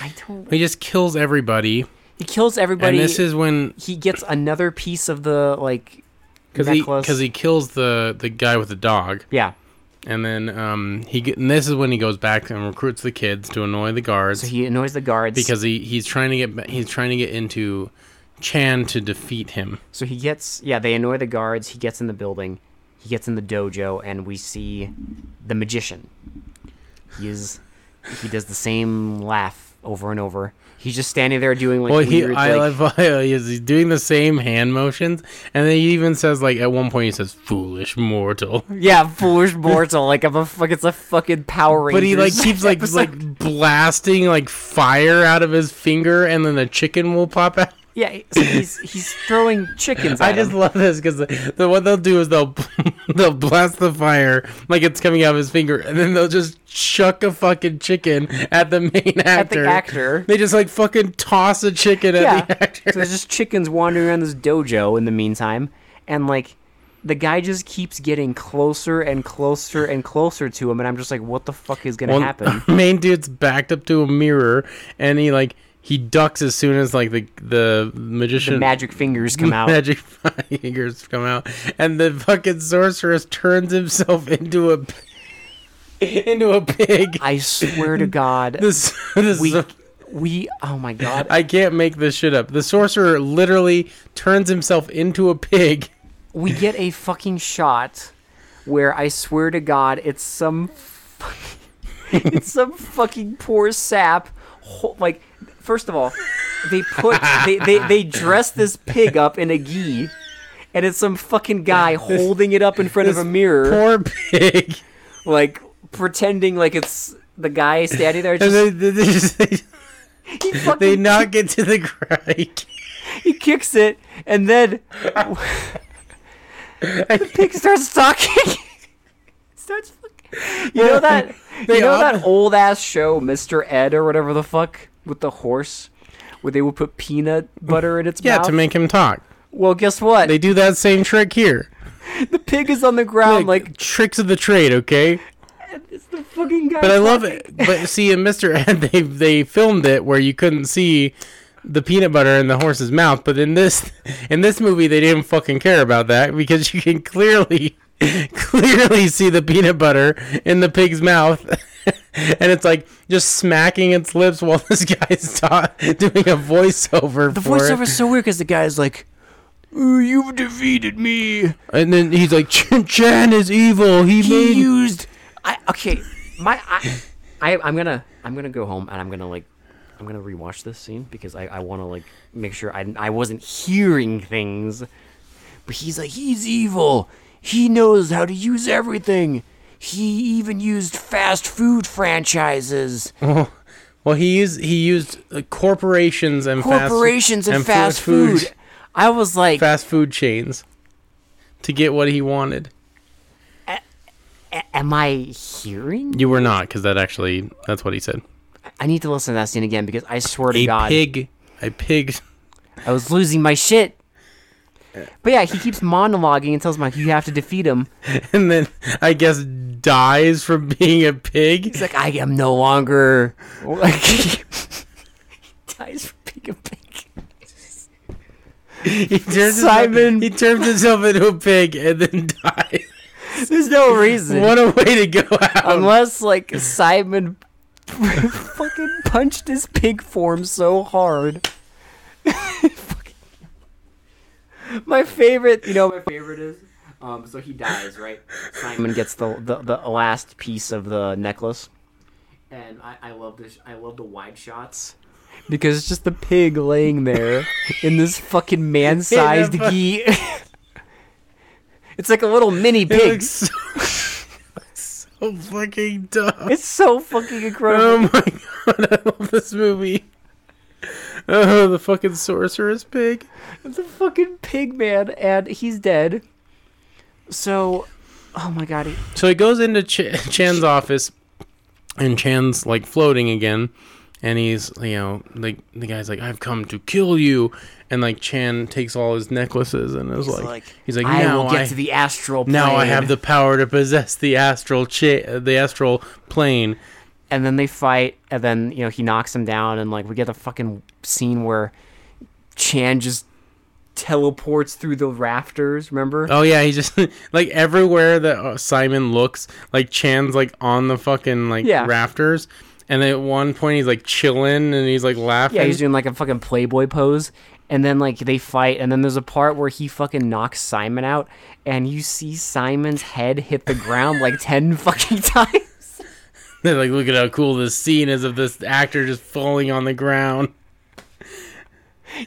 S2: I don't.
S1: he just kills everybody,
S2: He kills everybody.
S1: and this is when
S2: he gets another piece of the like
S1: because he
S2: necklace.
S1: because he kills the the guy with the dog,
S2: yeah.
S1: and then um he get- and this is when he goes back and recruits the kids to annoy the guards.
S2: So he annoys the guards
S1: because he he's trying to get ba- he's trying to get into Chan to defeat him.
S2: So he gets yeah. They annoy the guards. He gets in the building. He gets in the dojo, and we see the magician. He is. He does the same laugh over and over. He's just standing there doing like
S1: Well, he
S2: weird,
S1: I
S2: like,
S1: love he's he's doing the same hand motions, and then he even says like at one point he says "foolish mortal,"
S2: yeah, foolish mortal. like I'm a fuck. It's a fucking Power Rangers.
S1: but he like keeps like
S2: episode.
S1: like blasting like fire out of his finger, and then the chicken will pop out.
S2: Yeah, so he's he's throwing chickens. At
S1: I just
S2: him.
S1: love this because the, the, what they'll do is they'll they'll blast the fire like it's coming out of his finger, and then they'll just chuck a fucking chicken at the main actor.
S2: at the actor.
S1: They just like fucking toss a chicken at
S2: Yeah,
S1: the actor.
S2: so there's just chickens wandering around this dojo in the meantime, and like the guy just keeps getting closer and closer and closer to him, and I'm just like, what the fuck is gonna
S1: Well,
S2: happen?
S1: Main dude's backed up to a mirror, and he like he ducks as soon as like the the magician
S2: The magic fingers come out.
S1: magic fingers come out, and the fucking sorceress turns himself into a into a pig.
S2: I swear to God,
S1: This this
S2: we we oh my God,
S1: I can't make this shit up. The sorcerer literally turns himself into a pig.
S2: we get a fucking shot where I swear to God, it's some fucking, it's some fucking poor sap. ho- Like, first of all, they put they, they they dress this pig up in a gi, and it's some fucking guy holding it up in front of a mirror,
S1: Poor pig.
S2: like pretending like it's the guy standing there.
S1: And
S2: Just
S1: they, they, they, just- they,
S2: he
S1: they
S2: fucking
S1: knock it to the ground. He can't-
S2: he kicks it, and then the pig starts talking. starts fucking. You know that?
S1: They
S2: You know
S1: all-
S2: that old ass show, Mr. Ed or whatever the fuck, with the horse, where they would put peanut butter in its
S1: Yeah,
S2: mouth.
S1: to make him talk.
S2: well, guess what?
S1: They do that same trick here.
S2: the pig is on the ground, like,
S1: tricks of the trade, okay?
S2: it's the fucking guy.
S1: But I love it. But see, in Mr. Ed, they they filmed it where you couldn't see the peanut butter in the horse's mouth. But in this in this movie, they didn't fucking care about that because you can clearly clearly see the peanut butter in the pig's mouth. And it's like just smacking its lips while this guy's ta- doing a voiceover
S2: The
S1: for
S2: voiceover
S1: it.
S2: is so weird because the guy's like, "Ooh, "You've defeated me."
S1: And then he's like, "Chan- "Chan is evil. He,
S2: he
S1: made
S2: used I okay my I, I I'm gonna I'm gonna go home and I'm gonna like I'm gonna rewatch this scene because I I want to like make sure I I wasn't hearing things but he's like he's evil he knows how to use everything he even used fast food franchises
S1: Oh, Well, he used he used uh, corporations and
S2: corporations
S1: fast,
S2: and, fast food. I was like
S1: fast food chains to get what he wanted.
S2: a- am I hearing?
S1: You were not, because that actually that's what he said.
S2: I need to listen to that scene again because I swear to
S1: A
S2: God,
S1: pig, a pig.
S2: I was losing my shit. But yeah, he keeps monologuing and tells Mike, "You have to defeat him."
S1: and then I guess dies from being a pig.
S2: He's like, "I am no longer." Like, he dies from being a pig.
S1: He turns
S2: Simon-
S1: Himself, he turns himself into a pig and then dies.
S2: There's no reason.
S1: What a way to go out!
S2: Unless like Simon fucking punched his pig form so hard. Fucking- my favorite, you know, my
S3: favorite is. Um, so he dies, right? Simon
S2: Simon gets the, the the last piece of the necklace
S3: and I, I love this. I love the wide shots.
S2: because it's just the pig laying there in this fucking man-sized
S1: In a fu-
S2: gi. it's like a little mini
S1: it
S2: pig.
S1: looks so, so fucking dumb.
S2: It's so fucking incredible.
S1: Oh my god! I love this movie. Oh, the fucking sorceress pig.
S2: the fucking pig man, and he's dead. So, oh my god, he,
S1: So he goes into Ch- Chan's office, and Chan's like floating again, and he's you know like the guy's like I've come to kill you, and like Chan takes all his necklaces and is like, he's like
S2: I
S1: now
S2: will get
S1: I
S2: to the astral plane.
S1: now I have the power to possess the astral cha- the astral plane.
S2: And then they fight, and then you know he knocks him down, and like we get the fucking scene where Chan just teleports through the rafters. Remember?
S1: Oh yeah, he just like everywhere that uh, Simon looks, like Chan's like on the fucking like
S2: Yeah.
S1: rafters. And then at one point he's like chilling and he's like laughing.
S2: yeah, he's doing like a fucking playboy pose. And then like they fight, and then there's a part where he fucking knocks Simon out, and you see Simon's head hit the ground like ten fucking times.
S1: They're like, look at how cool this scene is of this actor just falling on the ground.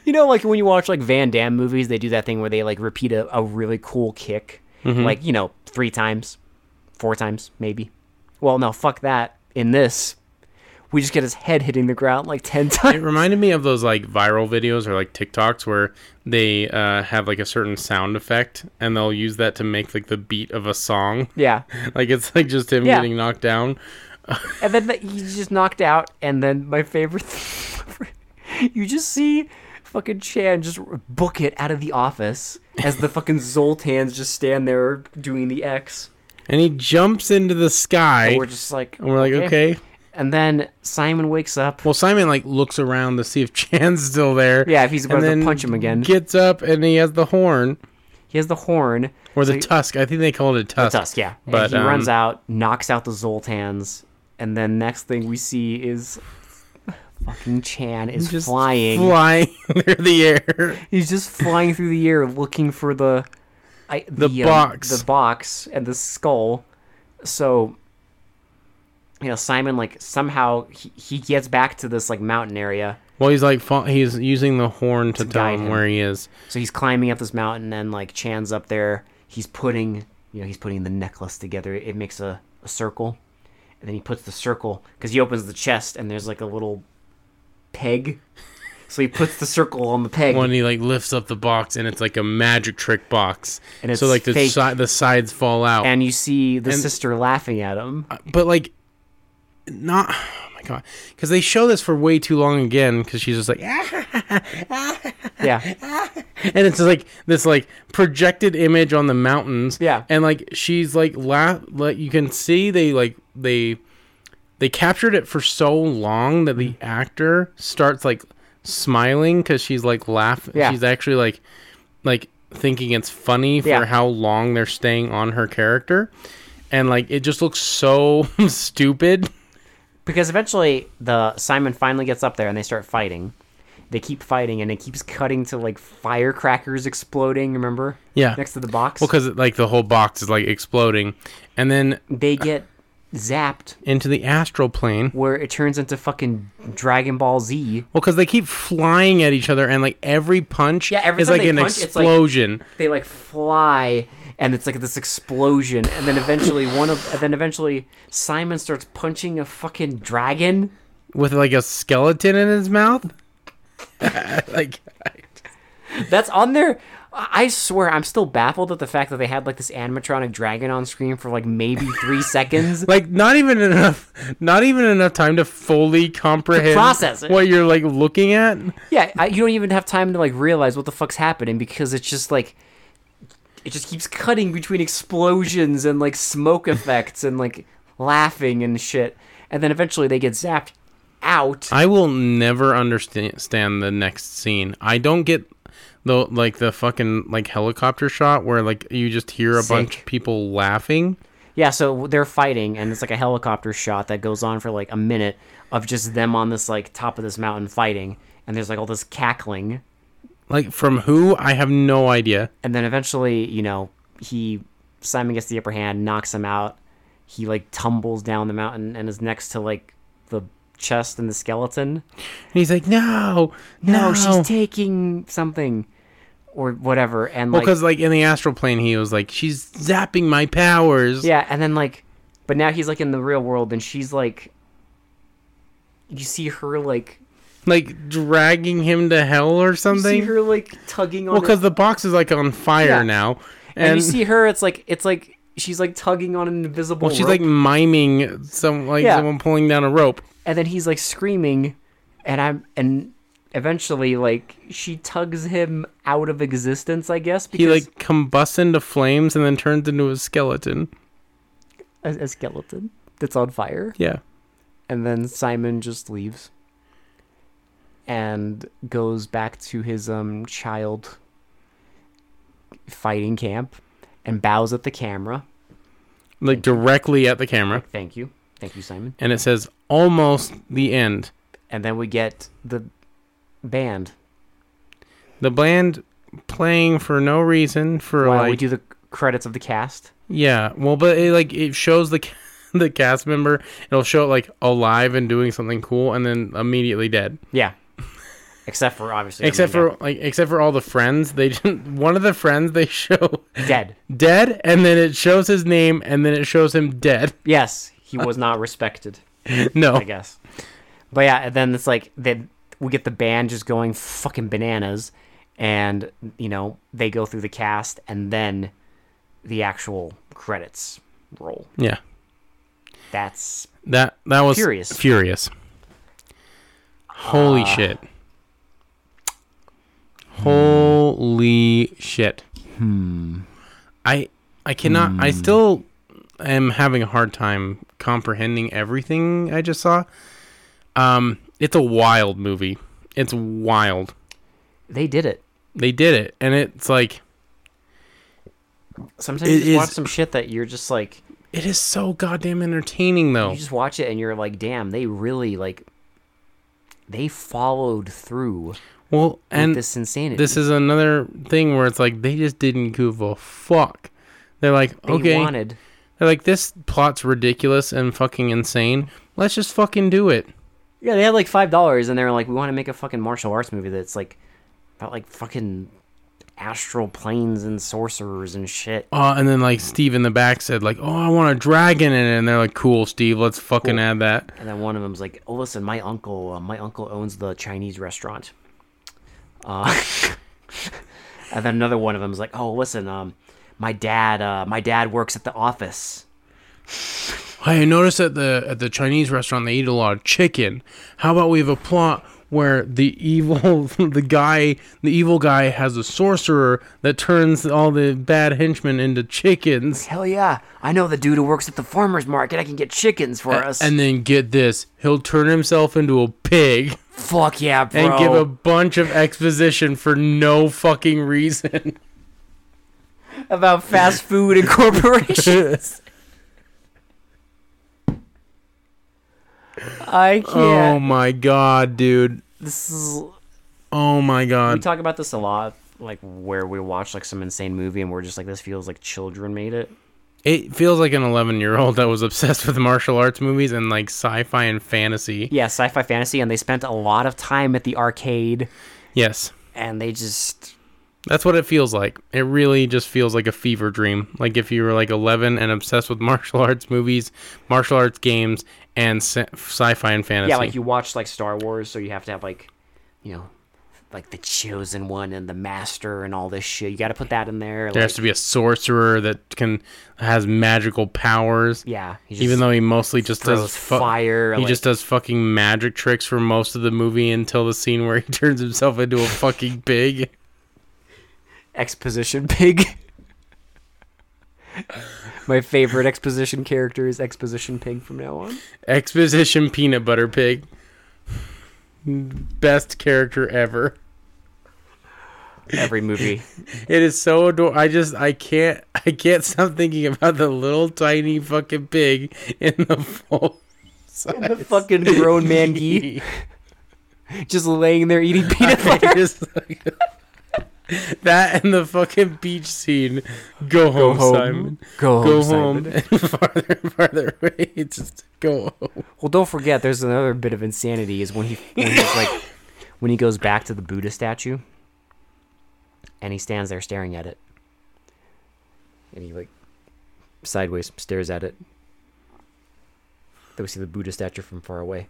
S2: You know, like when you watch like Van Damme movies, they do that thing where they like repeat a, a really cool kick,
S1: Mm-hmm.
S2: like, you know, three times, four times, maybe. Well, no, fuck that. In this, we just get his head hitting the ground like 10
S1: It
S2: times.
S1: reminded me of those like viral videos or like TikToks where they uh, have like a certain sound effect and they'll use that to make like the beat of a song.
S2: Yeah.
S1: Like it's like just him
S2: Yeah.
S1: getting knocked down.
S2: And then the, he's just knocked out. And then my favorite thing, you just see fucking Chan just book it out of the office as the fucking Zoltans just stand there doing the X.
S1: And he jumps into the sky.
S2: And
S1: And
S2: Oh, we're just like,
S1: we're like, okay.
S2: And then Simon wakes up.
S1: Well, Simon like looks around to see if Chan's still there.
S2: Yeah, if he's about
S1: and
S2: to
S1: then
S2: punch him again.
S1: Gets up and he has the horn
S2: He has the horn.
S1: or the
S2: So he-
S1: tusk. I think they called it tusk.
S2: Tusk, yeah.
S1: But,
S2: and he runs
S1: um,
S2: out, knocks out the Zoltans, and then next thing we see is fucking Chan is
S1: Just
S2: flying.
S1: flying through the air.
S2: He's just flying through the air looking for the I,
S1: The
S2: um,
S1: box.
S2: the box and the skull. So you know, Simon like somehow he, he gets back to this like mountain area.
S1: Well, he's like fa- he's using the horn to, tell
S2: guide
S1: him,
S2: him.
S1: where he is.
S2: So he's climbing up this mountain, and like Chan's up there. He's putting, you know, he's putting the necklace together. It makes a, a circle, and then he puts the circle because he opens the chest, and there's like a little peg. So he puts the circle on the peg.
S1: When he like lifts up the box and it's like a magic trick box,
S2: And it's
S1: so like the
S2: fake.
S1: si- the sides fall out.
S2: and you see the
S1: and- Uh,
S2: sister laughing at him.
S1: but like, not oh my god, because they show this for way too long again. Because she's just like, "Ah,"
S2: Yeah,
S1: and it's like this like projected image on the mountains.
S2: Yeah.
S1: and like she's like laugh. Like you can see they like they they captured it for so long that
S2: Mm-hmm.
S1: the actor starts like smiling because she's like laughing.
S2: Yeah.
S1: She's actually like like thinking it's funny for
S2: Yeah.
S1: how long they're staying on her character, and like it just looks so stupid.
S2: because eventually the Simon finally gets up there, and they start fighting. They keep fighting, and it keeps cutting to like firecrackers exploding. Remember?
S1: Yeah.
S2: Next to the box,
S1: Well, because like the whole box is like exploding, and then
S2: they get zapped
S1: into the astral plane.
S2: where it turns into fucking Dragon Ball Z.
S1: Well, because they keep flying at each other, and like every punch
S2: Yeah, every
S1: is
S2: time
S1: like
S2: they
S1: an
S2: punch, it's like-
S1: explosion.
S2: They like fly, and it's like this explosion, and then eventually one of, and then eventually Simon starts punching a fucking dragon.
S1: with like a skeleton in his mouth. like
S2: That's on their I swear, I'm still baffled at the fact that they had like this animatronic dragon on screen for like maybe three seconds.
S1: Like not even enough, not even enough time to fully comprehend
S2: process it.
S1: what you're like looking at.
S2: Yeah, I, you don't even have time to like realize what the fuck's happening because it's just like it just keeps cutting between explosions and like smoke effects and like laughing and shit, and then eventually they get zapped out.
S1: I will never understand stand the next scene. I don't get the like the fucking like helicopter shot where like you just hear a bunch
S2: Sick.
S1: of people laughing.
S2: Yeah, so they're fighting, and it's like a helicopter shot that goes on for like a minute of just them on this like top of this mountain fighting, and there's like all this cackling,
S1: Like from who? I have no idea.
S2: and then eventually, you know, he Simon gets the upper hand, knocks him out. He like tumbles down the mountain and is next to like the chest and the skeleton.
S1: And he's like, no,
S2: No,
S1: no,
S2: she's taking something or whatever, and like
S1: because like in the astral plane, he was like, she's zapping my powers.
S2: Yeah, and then like, but now he's like in the real world, and she's like, you see her like,
S1: like dragging him to hell or
S2: you see
S1: something.
S2: her like tugging on.
S1: Well,
S2: his-
S1: because the box is like on fire
S2: Yeah.
S1: now,
S2: and,
S1: and,
S2: you see her, it's like it's like she's like tugging on an invisible.
S1: well, she's
S2: rope,
S1: like miming some like
S2: Yeah.
S1: someone pulling down a rope.
S2: and then he's like screaming, and I'm and eventually like she tugs him out of existence, I guess. Because
S1: He like combusts into flames and then turns into a skeleton.
S2: a, a skeleton that's on fire,
S1: Yeah.
S2: and then Simon just leaves. And goes back to his um child fighting camp, and bows at the camera.
S1: like directly at the camera
S2: Thank you, thank you, Simon.
S1: and it says almost the end
S2: And then we get the band
S1: the band playing for no reason for
S2: while
S1: like
S2: we do the credits of the cast.
S1: yeah well but it like it shows the ca- the cast member it'll show it like alive and doing something cool and then immediately dead
S2: Yeah. Except for obviously.
S1: except
S2: Omega.
S1: for like except for all the friends they didn't one of the friends they show
S2: dead.
S1: dead and then it shows his name and then it shows him dead
S2: Yes, he
S1: Uh,
S2: was not respected,
S1: no
S2: I guess. But yeah, and then it's like that we get the band just going fucking bananas and you know, they go through the cast and then the actual credits roll.
S1: yeah
S2: That's
S1: that that was
S2: Furious. Ah.
S1: furious holy shit holy shit
S2: Hmm.
S1: i i cannot i still am having a hard time comprehending everything i just saw um it's a wild movie it's wild
S2: they did it.
S1: they did it and it's like
S2: Sometimes
S1: It
S2: you just
S1: is-
S2: watch some shit that you're just like
S1: it is so goddamn entertaining though
S2: you just watch it and you're like, damn, they really like they followed through
S1: well and
S2: with this insanity.
S1: this is another thing where it's like they just didn't give a fuck. They're like,
S2: they
S1: okay,
S2: wanted
S1: they're like this plot's ridiculous and fucking insane. Let's just fucking do it.
S2: Yeah, they had like five dollars, and they were like, "We want to make a fucking martial arts movie that's like about like fucking astral planes and sorcerers and shit."
S1: Uh, and then like Steve in the back said like, oh, I want a dragon in it, and they're like, cool, Steve, let's fucking
S2: Cool.
S1: add that.
S2: And then one of them's like, "Oh, listen, my uncle, uh, my uncle owns the Chinese restaurant." Uh, and then another one of them's like, "Oh, listen, um, my dad, uh, my dad works at the office."
S1: Hey, I noticed at the at the Chinese restaurant they eat a lot of chicken. How about we have a plot where the evil the guy the evil guy has a sorcerer that turns all the bad henchmen into chickens.
S2: Hell yeah! I know the dude who works at the farmer's market. I can get chickens for us.
S1: And then get this, he'll turn himself into a pig
S2: fuck yeah, bro!
S1: and give a bunch of exposition for no fucking reason.
S2: about fast food and corporations. I
S1: Oh
S2: can't.
S1: my god, dude.
S2: This is.
S1: Oh my
S2: We
S1: god.
S2: talk about this a lot, like where we watch like some insane movie and we're just like, this feels like children made it.
S1: It feels like an 11 year old that was obsessed with martial arts movies and like sci fi and fantasy.
S2: Yeah, sci-fi fantasy, and they spent a lot of time at the arcade,
S1: Yes.
S2: and they just
S1: That's what it feels like. It really just feels like a fever dream. Like if you were like 11 and obsessed with martial arts movies, martial arts games, and sci fi and fantasy.
S2: yeah, like you watch like Star Wars, so you have to have like, you know, like the chosen one and the master and all this shit. You got to put that in there.
S1: There
S2: like-
S1: has to be a sorcerer that can has magical powers.
S2: yeah, he
S1: Even though he mostly just does
S2: throws
S1: fu-
S2: fire.
S1: he
S2: like-
S1: just does fucking magic tricks for most of the movie until the scene where he turns himself into a fucking pig.
S2: exposition pig. My favorite exposition character is exposition pig from now on.
S1: Exposition peanut butter pig. Best character ever.
S2: Every movie.
S1: It is so adorable. I just I can't I can't stop thinking about the little tiny fucking pig in the full size.
S2: the fucking grown man gee just laying there eating peanut butter.
S1: I just- that and the fucking beach scene. Go home, Simon.
S2: Go home.
S1: Go home.
S2: Simon.
S1: And farther and farther away. Just go home.
S2: Well, don't forget, there's another bit of insanity is when he when he's like when he goes back to the Buddha statue, and he stands there staring at it, and he like sideways stares at it. Then we see the Buddha statue from far away.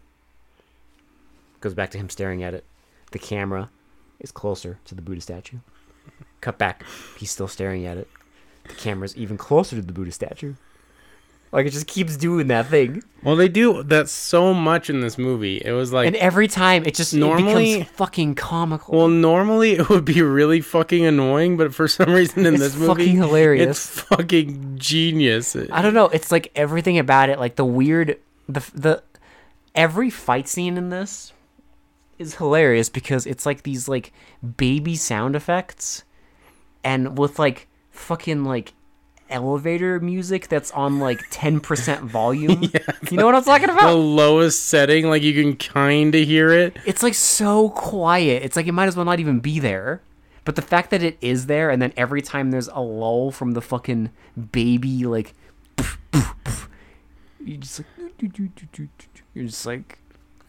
S2: Goes back to him staring at it. The camera is closer to the Buddha statue. Cut back. He's still staring at it. The camera's even closer to the Buddha statue. Like it just keeps doing that thing.
S1: Well, they do that so much in this movie. It was like
S2: And every time it just normally
S1: Normally-
S2: becomes fucking comical.
S1: Well, normally it would be really fucking annoying, but for some reason in
S2: It's
S1: this movie,
S2: fucking hilarious.
S1: It's fucking genius.
S2: I don't know. It's like everything about it, like the weird, the the every fight scene in this is hilarious because it's like these like baby sound effects, and with like fucking like elevator music that's on like ten percent volume. you know what I'm talking about?
S1: the lowest setting, like you can kind of hear it.
S2: It's like so quiet. It's like it might as well not even be there. But the fact that it is there, and then every time there's a lull from the fucking baby, like, you just like, you're just like,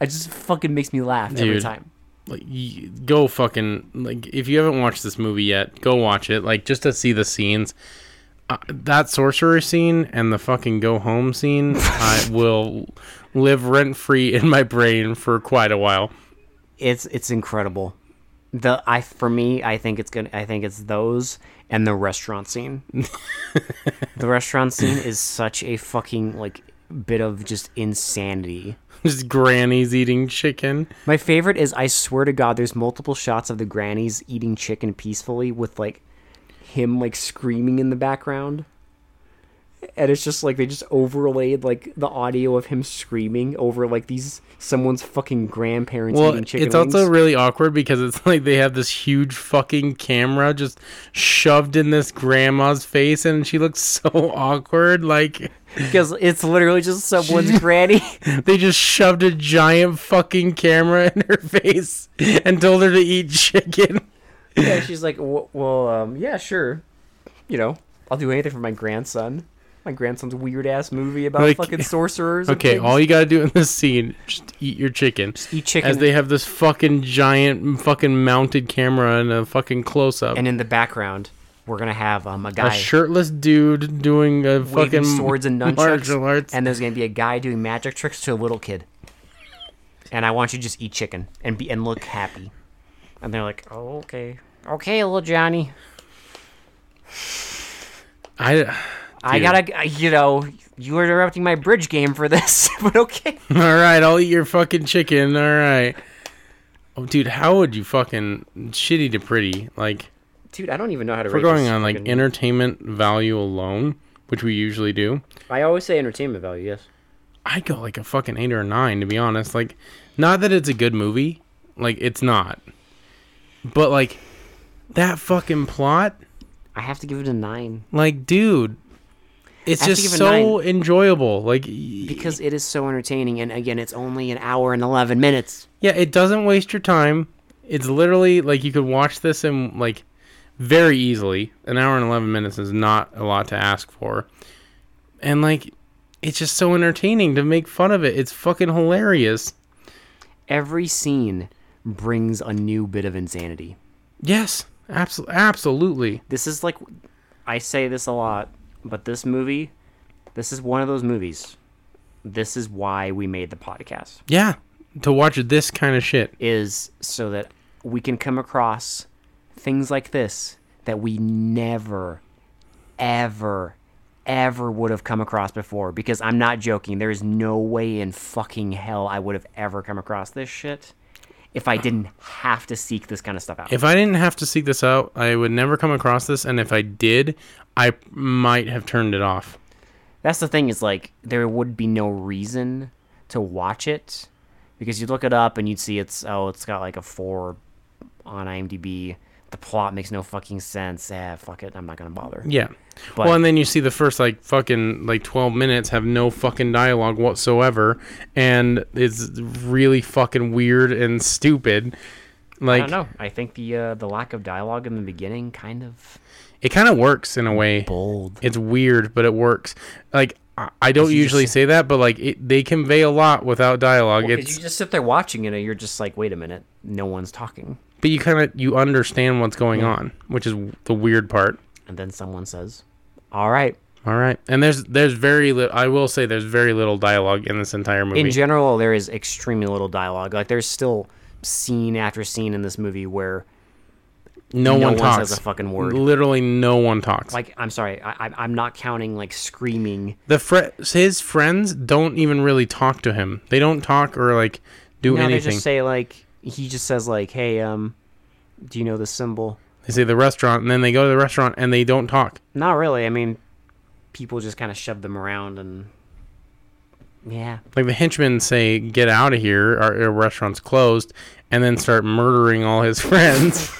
S2: it just fucking makes me laugh every
S1: Dude.
S2: time.
S1: Like, y- go fucking like if you haven't watched this movie yet, go watch it. Like just to see the scenes. Uh, that sorcerer scene and the fucking go home scene, I will live rent free in my brain for quite a while.
S2: It's it's incredible. The I for me, I think it's gonna. I think it's those and the restaurant scene. the restaurant scene is such a fucking like bit of just insanity.
S1: Just grannies eating chicken.
S2: My favorite is I swear to God, there's multiple shots of the grannies eating chicken peacefully with like him like screaming in the background. And it's just like they just overlaid like the audio of him screaming over like these someone's fucking grandparents
S1: Well,
S2: eating chicken
S1: it's
S2: wings.
S1: also really awkward because it's like they have this huge fucking camera just shoved in this grandma's face, and she looks so awkward. Like
S2: because it's literally just someone's granny.
S1: they just shoved a giant fucking camera in her face and told her to eat chicken.
S2: yeah, she's like, "W- well, um, yeah, sure, you know, I'll do anything for my grandson. My grandson's weird ass movie about
S1: Like-
S2: fucking sorcerers. and
S1: Okay,
S2: things."
S1: all you gotta do in this scene just eat your chicken.
S2: eat chicken
S1: As they have this fucking giant fucking mounted camera and a fucking close up.
S2: and in the background we're gonna have um, a guy
S1: A shirtless dude doing a
S2: waving
S1: fucking
S2: swords and nunchucks,
S1: martial arts.
S2: and there's gonna be a guy doing magic tricks to a little kid. And I want you to just eat chicken and be and look happy. And they're like, oh, okay, okay, little Johnny,
S1: I,
S2: I
S1: Dude.
S2: gotta, I- you know, you were interrupting my bridge game for this, but okay.
S1: All right, I'll eat your fucking chicken. All right. Oh, dude, how would you fucking shitty to pretty? Like,
S2: Dude, I don't even know how to.
S1: we're
S2: rate
S1: going
S2: this
S1: on like
S2: fucking-
S1: entertainment value alone, which we usually do.
S2: I always say entertainment value. Yes.
S1: I go like a fucking eight or a nine, to be honest. Like, not that it's a good movie, like it's not, but like that fucking plot,
S2: I have to give it a nine
S1: like, dude, it's
S2: I have to
S1: just
S2: give it a
S1: so enjoyable. Like, y-
S2: because it is so entertaining, and again, it's only an hour and eleven minutes.
S1: Yeah, it doesn't waste your time. It's literally like you could watch this in like very easily. An hour and 11 minutes is not a lot to ask for. And like it's just so entertaining to make fun of it. It's fucking hilarious.
S2: Every scene brings a new bit of insanity.
S1: Yes, absolutely absolutely.
S2: this is like I say this a lot, but this movie, this is one of those movies. This is why we made the podcast
S1: Yeah, to watch this kind of shit.
S2: is so that we can come across things like this that we never, ever, ever would have come across before. Because I'm not joking. There is no way in fucking hell I would have ever come across this shit if I didn't have to seek this kind of stuff out.
S1: If I didn't have to seek this out, I would never come across this, and if I did, I might have turned it off.
S2: That's the thing is like there would be no reason to watch it because you'd look it up and you'd see it's oh it's got like a four on IMDb. The plot makes no fucking sense. Ah, fuck it. I'm not gonna bother.
S1: Yeah.
S2: But-
S1: well, and then you see the first like fucking like 12 minutes have no fucking dialogue whatsoever and it's really fucking weird and stupid.
S2: I
S1: Like
S2: don't know. I think the uh, the lack of dialogue in the beginning kind of
S1: it kind of works in a way.
S2: bold.
S1: It's weird, but it works. Like I, I don't
S2: you just
S1: usually say that, but like it, they convey a lot without dialogue.
S2: Because
S1: it's
S2: you just sit there watching it and you're just like, wait a minute, no one's talking.
S1: but you kind of you understand what's going on, which is the weird part.
S2: And then someone says, "All right."
S1: All right, and there's there's very little. I will say there's very little dialogue in this entire movie.
S2: in general there is extremely little dialogue like there's still scene after scene in this movie where
S1: no,
S2: no
S1: one
S2: one
S1: talks.
S2: says a fucking word.
S1: Literally, no one talks. Like
S2: like i'm sorry I, I- i'm not counting like screaming
S1: the fr- his friends don't even really talk to him. They don't talk or like do
S2: no they
S1: anything.
S2: just say like he just says like hey um do you know the symbol
S1: they say the restaurant, and then they go to the restaurant and they don't talk.
S2: not really i mean people just kind of shove them around and yeah
S1: Like the henchmen say, "Get out of here! Our, our restaurant's closed," and then start murdering all his friends.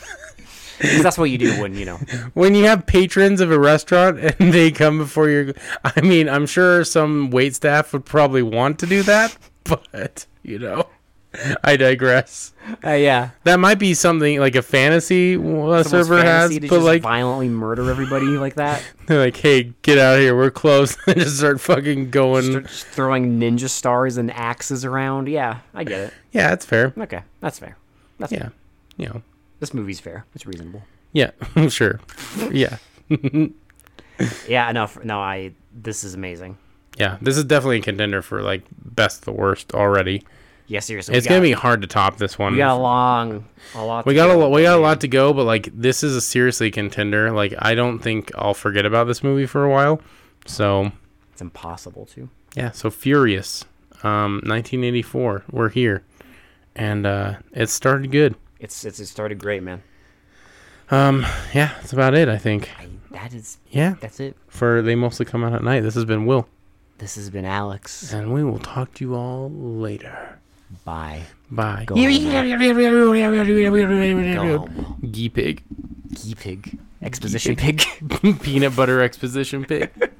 S2: 'Cause that's what you do when you know
S1: when you have patrons of a restaurant and they come before your i mean i'm sure some wait staff would probably want to do that but you know i digress
S2: uh, yeah
S1: that might be something like a fantasy uh,
S2: Someone's
S1: server has
S2: fantasy to
S1: but
S2: just
S1: like
S2: violently murder everybody like that
S1: they're like hey get out of here we're closed and just start fucking going
S2: Start just throwing ninja stars and axes around yeah i get it
S1: yeah that's fair
S2: okay that's fair that's fair.
S1: yeah you know
S2: This movie's fair. It's reasonable.
S1: yeah sure yeah
S2: Yeah, enough. No, I. This is amazing.
S1: yeah this is definitely a contender for like best of the worst already
S2: Yeah, seriously.
S1: it's
S2: we got,
S1: gonna be hard to top this one
S2: We got a long, a lot.
S1: We
S2: to
S1: got a
S2: go.
S1: lo- we got a lot to go, but like this is a seriously contender. Like I don't think I'll forget about this movie for a while. So
S2: It's impossible to.
S1: yeah, so Furious, um, 1984, we're here, and uh, it started good.
S2: It's it's it started great, man.
S1: Um, yeah, that's about it. I think.
S2: I, that is.
S1: Yeah,
S2: That's it.
S1: for they mostly come out at night. This has been Will,
S2: This has been Alex.
S1: and we will talk to you all later.
S2: Bye.
S1: Bye.
S2: Go Go home.
S1: Gee pig,
S2: Gee pig. Exposition pig.
S1: peanut butter exposition pig.